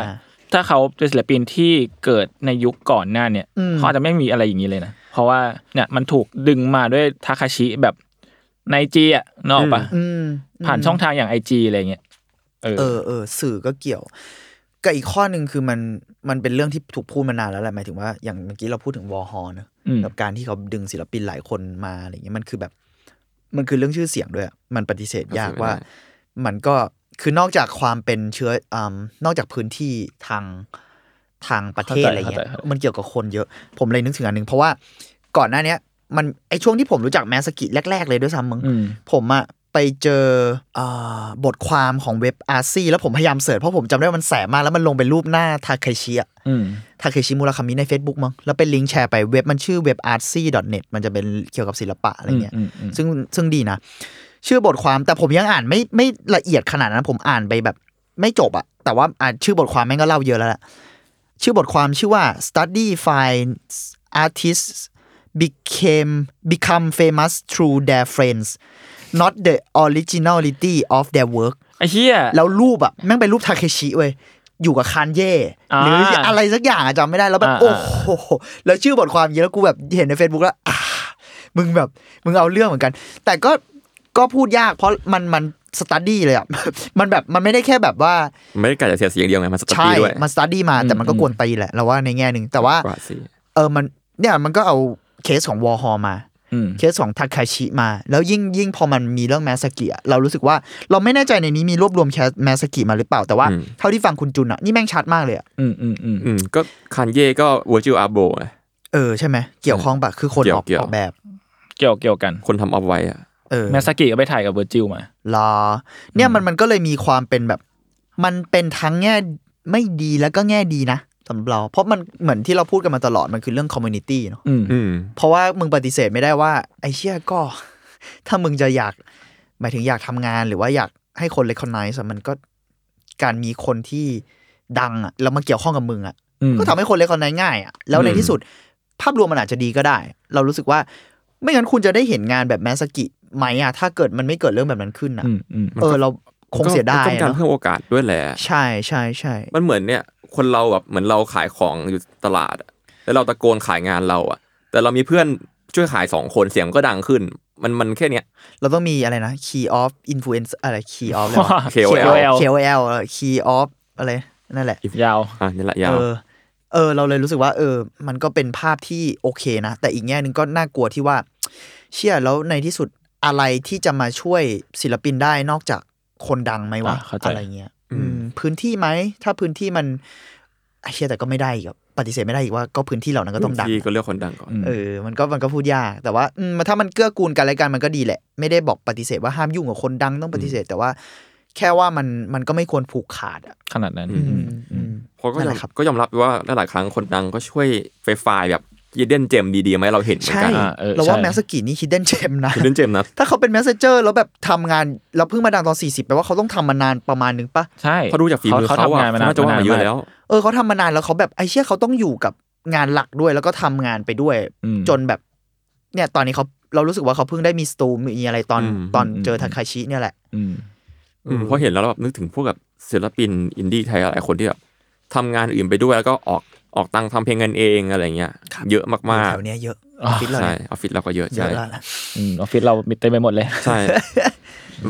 S1: ถ้าเขาเป็นศิลปินที่เกิดในยุคก่อนหน้าเนี่ย
S3: อืม
S1: เขาอาจจะไม่มีอะไรอย่างนี้เลยนะ เพราะว่าเนี่ยมันถูกดึงมาด้วยทาคาชิแบบในจีอ่ะนกออกปะ
S3: อืม
S1: ผ่านช่องทางอย่างไอจีอะไรเงี้ยเออ
S3: เออเออสื่อก็เกี่ยวกับอีกข้อหนึ่งคือมันมันเป็นเรื่องที่ถูกพูดมานานแล้วแหละหมายถึงว่าอย่างเมื่อกี้เราพูดถึงวอฮอลเนอะ
S1: อืม
S3: กับการที่เขาดึงศิลปินหลายคนมาอะไรเงี้ยมันคือแบบ มันคือเรื่องชื่อเสียงด้วยอะมันปฏิเสธยากว่า มันก็คือนอกจากความเป็นเชื้ออำนอกจากพื้นที่ทางทางประเทศอะไรเงี้ยมันเกี่ยวกับคนเยอะ ผมเลยนึกถึงอันหนึ่งเพราะว่าก่อนหน้าเนี้ย มันไอช่วงที่ผมรู้จักแมสกิแรก ๆ เลยด้วยซ้ำมึง
S1: อืม
S3: ผมอะไปเจอเอ่อบทความของเว็บอาซีแล้วผมพยายามเสิร์ชเพราะผมจำได้ว่ามันแสบมากแล้วมันลงเป็นรูปหน้าทาเคชิอะ
S1: อืม
S3: ทาเคชิมูราคามิใน Facebook มั้งแล้วเป็นลิงก์แชร์ไปเว็บมันชื่อเว็บ artsy.net มันจะเป็นเกี่ยวกับศิลปะอะไรเงี้ย
S1: อืมอืมอืม
S3: ซึ่งซึ่งดีนะ ชื่อบทความแต่ผมยังอ่านไม่ไม่ละเอียดขนาดนั้น ผมอ่านไปแบบไม่จบอะแต่ว่าอ่านชื่อบทความแม่งก็เล่าเยอะแล้วแหละชื่อบทความชื่อว่า study finds artists became become famous through their friends not the originality of their work
S1: ไอเฮีย
S3: แล้วรูปอะแม่งเป็นรูปทาเคชิเว้ยอยู่กับคานเย่
S1: อ่า
S3: หรืออะไรสักอย่างอะจำไม่ได้แล้วแบบ
S1: อ่า
S3: โอ้โหแล้วชื่อบทความเยอะแล้วกูแบบเห็นใน Facebook แล้วอ่ามึงแบบมึงเอาเรื่องเหมือนกัน แต่ก็ก็พูดยากเพราะมันมันสตัดดี้เลยอะ (laughs) มันแบบมันไม่ได้แค่แบบว่า
S2: ไม่ได้กะจะเสียสีอย่างเดียวไงมันสตอ
S3: ใช่
S2: รี่ด้วย
S3: มันสตัดดี้มาแต่มันก็กวนตีนแหละเราว่าในแง่หนึ่งแต่ว่าก
S2: ว่าสิ
S3: เออมันเนี่ยมันก็เอาเคสของวอฮอมา
S1: อืม
S3: เคสของทาคาชิมา แล้วยิ่งยิ่งพอมันมีเรื่องแมสกิอะเรารู้สึกว่าเราไม่แน่ใจในนี้มีรวบรวมแคสแมสกิมาหรือเปล่า แต่ว่าเท่าที่ฟังคุณจุนอะนี่แม่งชัดมากเลยอะ
S1: อืมอืมอืม
S2: อืมก็คานเย่ก็วอร์จิลอาโบ
S3: เออใช่ไหมเกี่ยวข้องปะคือคน
S2: เกี่
S3: อ
S2: ยว
S3: อก
S2: เกี่ยว
S3: ออกแบบ
S1: เกี่ยวเกี่ยวกัน
S2: คนทำเอาไว้อะ
S3: เออ
S1: แมสกิก็ไปถ่ายกับเวอร์จิลมา
S3: ลอเนี่ยมันมันก็เลยมีความเป็นแบบ มันเป็นทั้งแง่ไม่ดีแล้วก็แง่ดีนะสำหรับเรา เพราะมันเหมือนที่เราพูดกันมาตลอดมันคือเรื่องคอมมูนิตี้เนาะ
S1: อืม
S2: อืม
S3: เพราะว่ามึงปฏิเสธไม่ได้ว่า ไอ้เชี่ยก็ (laughs) ถ้ามึงจะอยาก หมายถึงอยากทำงานหรือว่าอยากให้คนเลคอนไนซ์มันก็การมีคนที่ดังอะแล้วมาเกี่ยวข้องกับมึงอะ
S1: อืม
S3: ก็ทำให้คนเลคอนไนง่ายอ่ะ แล้วในที่สุด ภาพรวมมันอาจจะดีก็ได้ เรารู้สึกว่า ไม่งั้นคุณจะได้เห็นงานแบบแมสกิไหมอ่ะ ถ้าเกิดมันไม่เกิดเรื่องแบบนั้นขึ้นอ่ะ
S1: อืมอืม
S3: เออ เราคงเสียดาย
S2: ก็ต้องการ
S3: เนอะ
S2: เพิ่มโอกาสด้วยแหละ
S3: ใช่ใช่ใช่
S2: มันเหมือนเนี่ย คนเราแบบเหมือนเราขายของอยู่ตลาดอะแล้วเราตะโกนขายงานเราอะแต่เรามีเพื่อนช่วยขายสองคนเสียงก็ดังขึ้น มันมันแค่เนี้ย
S3: เราต้องมีอะไรนะ key of influence อะไร key of
S1: (laughs)
S3: อะไรวะ
S2: KOL
S1: KOL
S3: KOL เออ key of อะไรนั่นแหละ
S1: ยาว
S2: อ่ะนี่แหละยาว
S3: เออ เออ เราเลยรู้สึกว่า เออ มันก็เป็นภาพที่โอเคนะ แต่อีกแง่หนึ่งก็น่ากลัวที่ว่า เชื่อแล้วในที่สุดอะไรที่จะมาช่วยศิลปินได้นอกจากคนดังไหมวะ
S1: อ่ะเข้าใจ
S3: อะไรเงี้ย
S2: อื
S3: อื
S2: ม
S3: ม พื้นที่ไหม ถ้าพื้นที่มันอ่ะเชื่อแต่ก็ไม่ได้อีกอะปฏิเสธไม่ได้อีกว่าก็พื้นที่เหล่านั้นก็ต้องดัง
S2: พี่ก็เลือกคนดังก่อน
S1: อืม
S3: เออ มันก็มันก็พูดยาก แต่ว่าอืมถ้ามันเกื้อกูลกันอะไรกันมันก็ดีแหละ ไม่ได้บอกปฏิเสธว่าห้ามยุ่งกับคนดังต้องปฏิเสธ แต่ว่า แค่ว่ามันมันก็ไม่ควรผูกขาดอะ
S1: ขนาดนั้น
S2: อื
S3: อืมอืม
S2: เพราะก็
S3: นั่น
S2: ย
S3: แห
S2: อม
S3: ละครับ
S2: ก็ยอมรับว่าหลายๆครั้งคนดังก็ช่วยไฟฟ้าแบบยีเดนเจมดีๆไหมาให้เราเห็นเหมือน
S3: ใช่
S2: กัน
S1: อ่าเออ
S3: เราว่า
S1: ใช่
S3: แมสกินี่คิดเด่นเจมนะ
S2: ยีเดนเจมนะ
S3: (laughs) ถ้าเขาเป็น m มสเซ g e r แล้วแบบทำงานแล้วเพิ่งมาดังตอน 40แปลว่าเขาต้องทำมานานประมาณนึงปะ
S1: ใช่
S2: เพราะดูจากฝีมือเขา
S1: ทำ
S2: อะ
S1: งานมานาน
S2: น่าจะว่ามาเยอะแล้ว
S3: เออเขาทำมานานแล้วเขาแบบไอเชี่ยเขาต้องอยู่กับงานหลักด้วยแล้วก็ทำงานไปด้วย
S1: อืม
S3: จนแบบเนี่ยตอนนี้เขาเรารู้สึกว่าเขาเพิ่งได้มีสตูมีอะไรตอน
S2: อืม
S3: ตอน
S1: อืม
S3: เจอทาคาชิเนี่ยแหละ
S1: อืม
S2: อืมเพราะเห็นแล้วเราแบบนึกถึงพวกแบบศิลปินอินดี้ไทยหลายคนที่แบบทำงานอื่นไปด้วยแล้วก็ออกออกตังค์ทำเพลงกันเองอะไรเงี้ย
S3: ครับ
S2: เยอะมาก
S3: แถวเนี้ยเยอะอ
S1: อ๋อ
S3: อฟฟิศ
S2: ๆ
S3: เรา
S2: ใช่
S3: เนี่ย
S2: ออฟฟิศเราก็เยอะ
S3: เย
S2: ใช่
S3: อะแล้วล่ะ
S1: อืมออฟฟิศเรามีเต็มไปหมดเลย
S3: (laughs)
S2: ใช่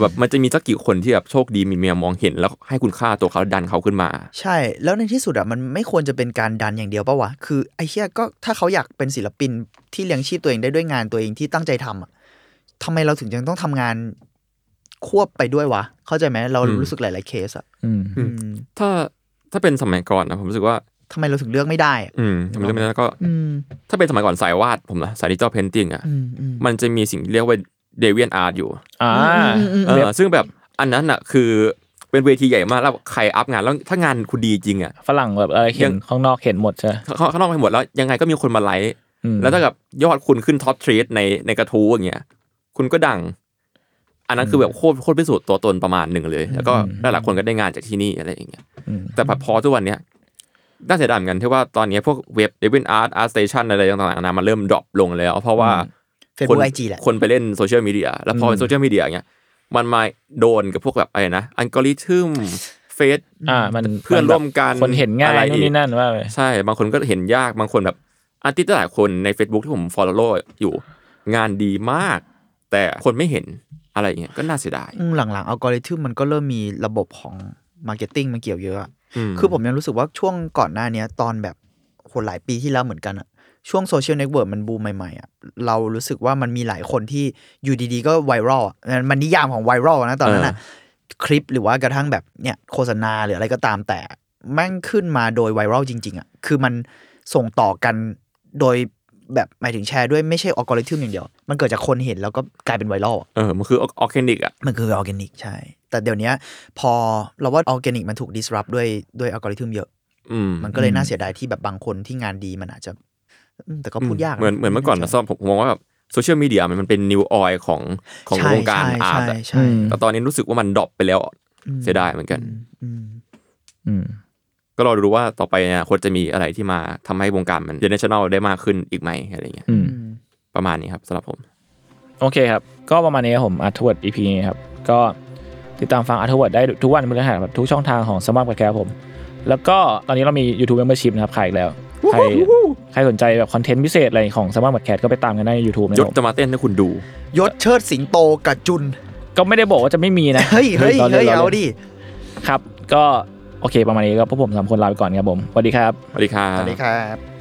S2: แบบมันจะมีสักกี่คนที่แบบโชคดีมีเมียมองเห็นแล้วให้คุณค่าตัวเขาดันเขาขึ้นมา
S3: ใช่ แล้วในที่สุดอะมันไม่ควรจะเป็นการดันอย่างเดียวปะวะคือไอเชี่ยก็ถ้าเขาอยากเป็นศิลปินที่เลี้ยงชีพตัวเองได้ด้วยงานตัวเองที่ตั้งใจทำอะ ทำไมเราถึงยังต้องทำงานควบไปด้วยวะ เข้าใจไหมเรา
S2: อืม
S3: รู้สึกหลาย ๆ เคสอะ
S1: อืม
S3: อืม
S2: ถ้าถ้าเป็นสมัยก่อนนะผมรู้สึกว่า
S3: ทำไมเราถึงเลือกไม่ได้อะ
S2: อืมทำไมเรื่องนี้แล้วก็
S3: อืม
S2: ถ้าเป็นสมัยก่อนสายวาดผมนะสายดิจิตอลเพนติงอ่ะ
S3: อืมอืม
S2: มันจะมีสิ่งที่เรียกว่าเดเวียนอาร์ตอยู่
S1: อ่า
S2: เออซึ่งแบบอันนั้นอ่ะคือเป็นเวทีใหญ่มากแล้วใครอัพงานแล้วถ้างานคุณดีจริงอ่ะ
S1: ฝรั่งแบบอะไรเห็
S2: ยั
S1: น
S2: ง
S1: ข้างนอกเห็นหมดใช่ไหม
S2: ข้างข้างนอกไปหมดแล้วยังไงก็มีคนมาไลค์
S1: อืม
S2: แล้วถ้ากับยอดคุณขึ้นท็อปทรีตในในกระทู้อย่างเงี้ยคุณก็ดัง อันนั้นคือแบบโคตรโคตรพิสูจน์ตัวตนประมาณหนึ่งเลย แล้วก็หลายๆคนก็ได้งานจากที่นี่อะไรอย่างเงี้ย
S1: อืม
S2: แต่พอทุกวันเนี้ยน่าเสียดายเหมือนกันที่ว่าตอนเนี้ยพวกเว็บเดวินอาร์ตอาร์ตสเตชันอะไรต่างๆนานามันเริ่มดรอปลงแล้ว เพราะว่า
S3: Facebook
S2: คน
S3: IG แหละ
S2: คนไปเล่นโซเชียลมีเดียแล้วพอเป็นโซเชียลมีเดียเงี้ยมันมาโดนกับพวกแบบอะไรนะอัลกอริทึ
S1: (sighs)
S2: มเฟซ
S1: อ่า มัน
S2: เพื่อนร่วมกัน
S1: คนเห็นง่า
S2: อะไร
S1: ย
S2: อีก
S1: นู่นนี่นั่นว่าไป
S2: ใช่ บางคนก็เห็นยากบางคนแบบอาร์ติสต์หลายคนใน Facebook ที่ผม follow อยู่ งานดีมาก แต่คนไม่เห็นอะไรอย่างเงี้ยก็น่าเสียดาย
S3: อืมหลังๆอัลกอริทึมมันก็เริ่มมีระบบของมาร์เก็ตติ้งมาเกี่ยวเยอะอะ
S2: ม
S3: คือผมยังรู้สึกว่าช่วงก่อนหน้าเนี้ยตอนแบบโหหลายปีที่แล้วเหมือนกันอะช่วงโซเชียลเน็ตเวิร์กมันบูมใหม่ๆอะเรารู้สึกว่ามันมีหลายคนที่อยู่ดีๆ ก็ไวรัลอะมันมันนิยามของไวรัลนะตอนนั้นอะคลิปหรือว่ากระทั่งแบบเนี่ยโฆษณาหรืออะไรก็ตามแต่ แม่งขึ้นมาโดยไวรัลจริง ๆอะคือมันส่งต่อกันโดยแบบหมายถึงแชร์ด้วยไม่ใช่อัลกอริทึมอย่างเดียว มันเกิดจากคนเห็นแล้วก็กลายเป็นไวรัลอะ
S2: เออ มันคือออร์แกนิกอ่ะ
S3: มันคือออร์แกนิกใช่ แต่เดี๋ยวเนี้ยพอเราว่าออร์แกนิกมันถูก disrupt ด้วยด้วยอัลกอริทึมเยอะ
S2: อืม
S3: มันก็เลยน่าเสียดายที่แบบบางคนที่งานดีมันอาจจะอืมแต่ก็พูดยากะ
S2: เหมือนเหมือนเมื่อก่อนนะซ่อมผมผมมองว่าแบบโซเชียลมีเดียมันเป็นนิวออยของของ
S3: ใช่
S2: วงการ
S3: ใช่
S2: อาร์ตอะ
S3: ใช่
S1: อืม
S2: แต่ตอนนี้รู้สึกว่ามันดรอปไปแล้ว
S3: อืม
S2: เสียดายเหมือนกัน
S3: อืม
S1: อืม
S2: ก็รอดูว่าต่อไปอนะคนจะมีอะไรที่มาทำให้วงการมันเดนชั่นแนลได้มากขึ้นอีกไหมอะไรเงี้ย
S1: อืม
S3: อืม
S2: ประมาณนี้ครับสำหรับผม
S1: โอเคครับ ก็ประมาณนี้ครับผมอาร์ทเวิร์ด EP นี้ครับ ก็ติดตามฟังอาร์ทเวิร์ดได้ทุกวันพฤหัสครับทุกช่องทางของสมาร์ทแคร์ผม แล้วก็ตอนนี้เรามี YouTube Membership นะครับขายอีกแล้ว ใครใครสนใจแบบคอนเทนต์พิเศษอะไรของสมาร์ทแคร์ก็ไปตามกันได้ใน YouTube นะค
S2: ยศ
S1: รับ
S2: จะมาเต้นให้คุณดู
S3: ยศเชิดสิงโตกับจุน
S1: ก็ไม่ได้บอกว่าจะไม่มีนะ
S3: เฮ้ยเฮ้ย
S1: ล่นๆ
S3: เฮ้ย
S1: ล่นๆ
S3: เอาดิ
S1: ครับ ก็โอเคประมาณนี้ก็พวกผมสามคนลาไปก่อนครับผมสวัสดีครับ
S2: สวัสดีครับ
S3: สวัสดีครับ